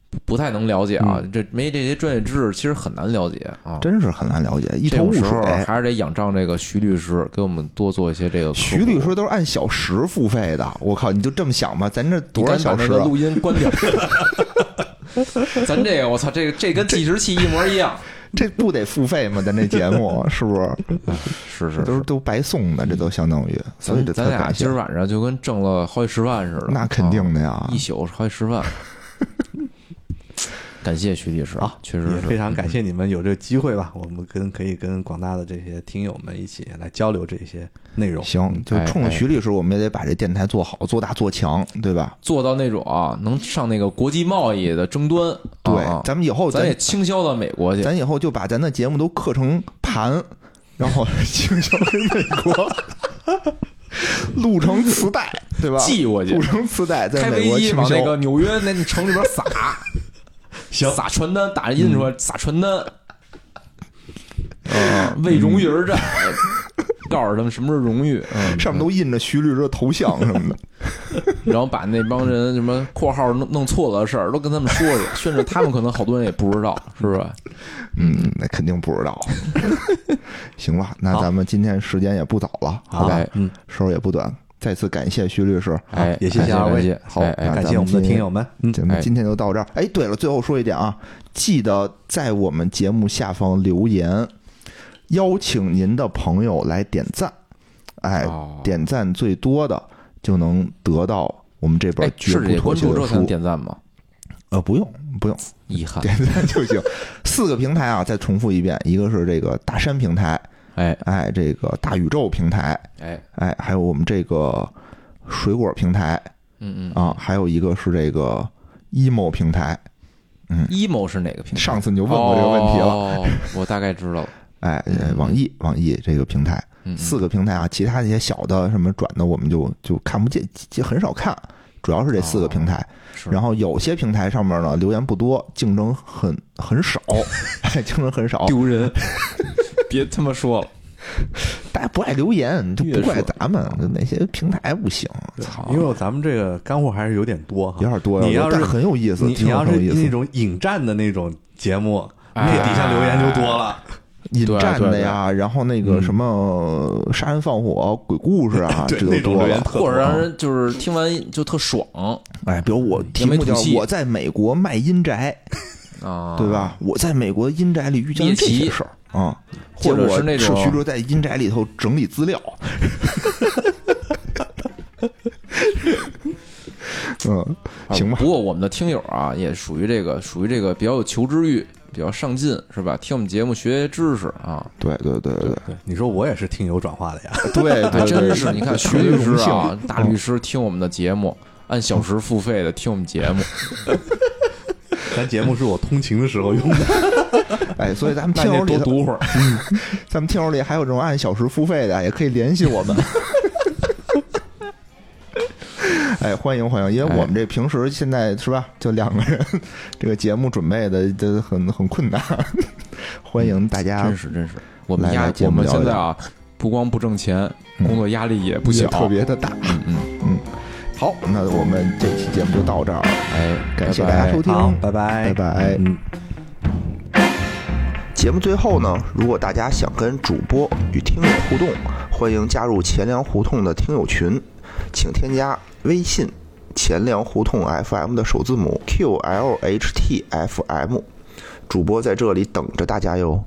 不不太能了解啊，这没这些专业知识，其实很难了解啊。真是很难了解，一这头雾种时候水。还是得仰仗这个徐律师给我们多做一些这个科普。徐律师都是按小时付费的，我靠，你就这么想吧？咱这你多少赶紧把小那时个啊？录音关掉。 咱这个，我操，这个这跟计时器一模一样。 这不得付费吗？咱这节目是不是？是是都 是都白送的，这都相当于，所以这咱特俩感今谢儿。晚上就跟挣了好几十万似的。那肯定的呀啊，一宿好几 十万。感谢徐律师啊确实也是非常感谢你们有这个机会吧，我们跟可以跟广大的这些听友们一起来交流这些内容。行，就冲着哎哎徐律师，我们也得把这电台做好、做大、做强，对吧？做到那种啊，能上那个国际贸易的争端。对啊，咱们以后咱咱也倾销到美国去。咱以后就把咱的节目都刻成盘，然后倾销给美国， 录成磁带，对吧？寄过去录成磁带，在开美飞国机倾往那个销。纽约那城里边 撒，行撒传单，打印出来嗯撒传单，啊，为荣誉 而战，告诉他们什么是荣誉，嗯，上面都印着徐律师的头像什么的，然后把那帮人什么括号弄弄错了的事儿都跟他们说说，甚至他们可能好多人也不知道，是不是？嗯，那肯定不知道。行吧，那好咱们今天时间也不早了，好吧哎？嗯，时候也不短，再次感谢徐律师。哎，也谢感谢谢二感位谢，好哎哎那感咱谢们我们的今听友们。嗯，咱们哎今天就到这儿。哎，对了，最后说一点啊，记得在我们节目下方留言，邀请您的朋友来点赞。哎，哦点赞最多的就能得到我们这本哎《绝是不得妥关协注之的后才书能》。点赞吗？呃，不用，不用，遗憾，点赞就行。四个平台啊，再重复一遍，一个是这个大山平台，哎哎，这个大宇宙平台，哎，哎，还有我们这个水果平台嗯嗯啊，还有一个是这个 emo 平台。嗯，emo 是哪个平台？上次你就问过这个问题了。哦，我大概知道了，哎，呃网易网易这个平台，嗯，嗯四个平台啊，其他那些小的什么转的，我们就就看不见，就很少看，主要是这四个平台。哦是然后有些平台上面呢留言不多，竞争很很 少，哎，竞争很少，丢人，别他妈说了，大家不爱留言，就不怪越说咱们那些平台不行，操，因为咱们这个干货还是有点多哈，有点多呀，你要是但很有意思，你挺你要有是意那思。种引战的那种节目，那哎底下留言就多哎了。引对战对的呀，然后那个嗯什么杀人放火、鬼故事啊，对这那就种多留言了。特或者多让人就是听完就特爽哎，比如我题目叫扬眉吐气“我在美国卖阴宅”，啊，对？吧？我在美国阴宅里遇见了猎这些奇事儿啊，或者是那结果种是徐州在阴宅里头整理资 料。嗯，行吧啊不，过我们的听友啊，也属于这个属于这个比较有求知欲，比较上进，是吧？听我们节目学学知识啊。对对对对对，你说我也是听友转化的呀，对啊对还对，真是，你看特徐别律师荣幸啊，大律师听我们的节目，按小时付费的听我们节目，咱节目是我通勤的时候用的，哎，所以咱们那 听友得里头，多读会儿。咱们听友里还有这种按小时付费的，也可以联系我们。 哎，欢迎欢迎，因为我们这平时现在是吧，就两个人，这个节目准备的这很很困难，欢迎大家嗯真是真是，我们啊来来压节我目们聊现在聊啊，不光不挣钱，嗯工作压力也不不小也，特别的大。嗯嗯，嗯，好，那我们这期节目就到这儿了，哎，感谢拜大家拜收听，好，拜拜，拜拜嗯。节节目最后呢，如果大家想跟主播与听友互动，欢迎加入钱粮胡同的听友群，请添加微信“钱粮胡同 FM” 的首字母 “QLHTFM”，主播在这里等着大家哟。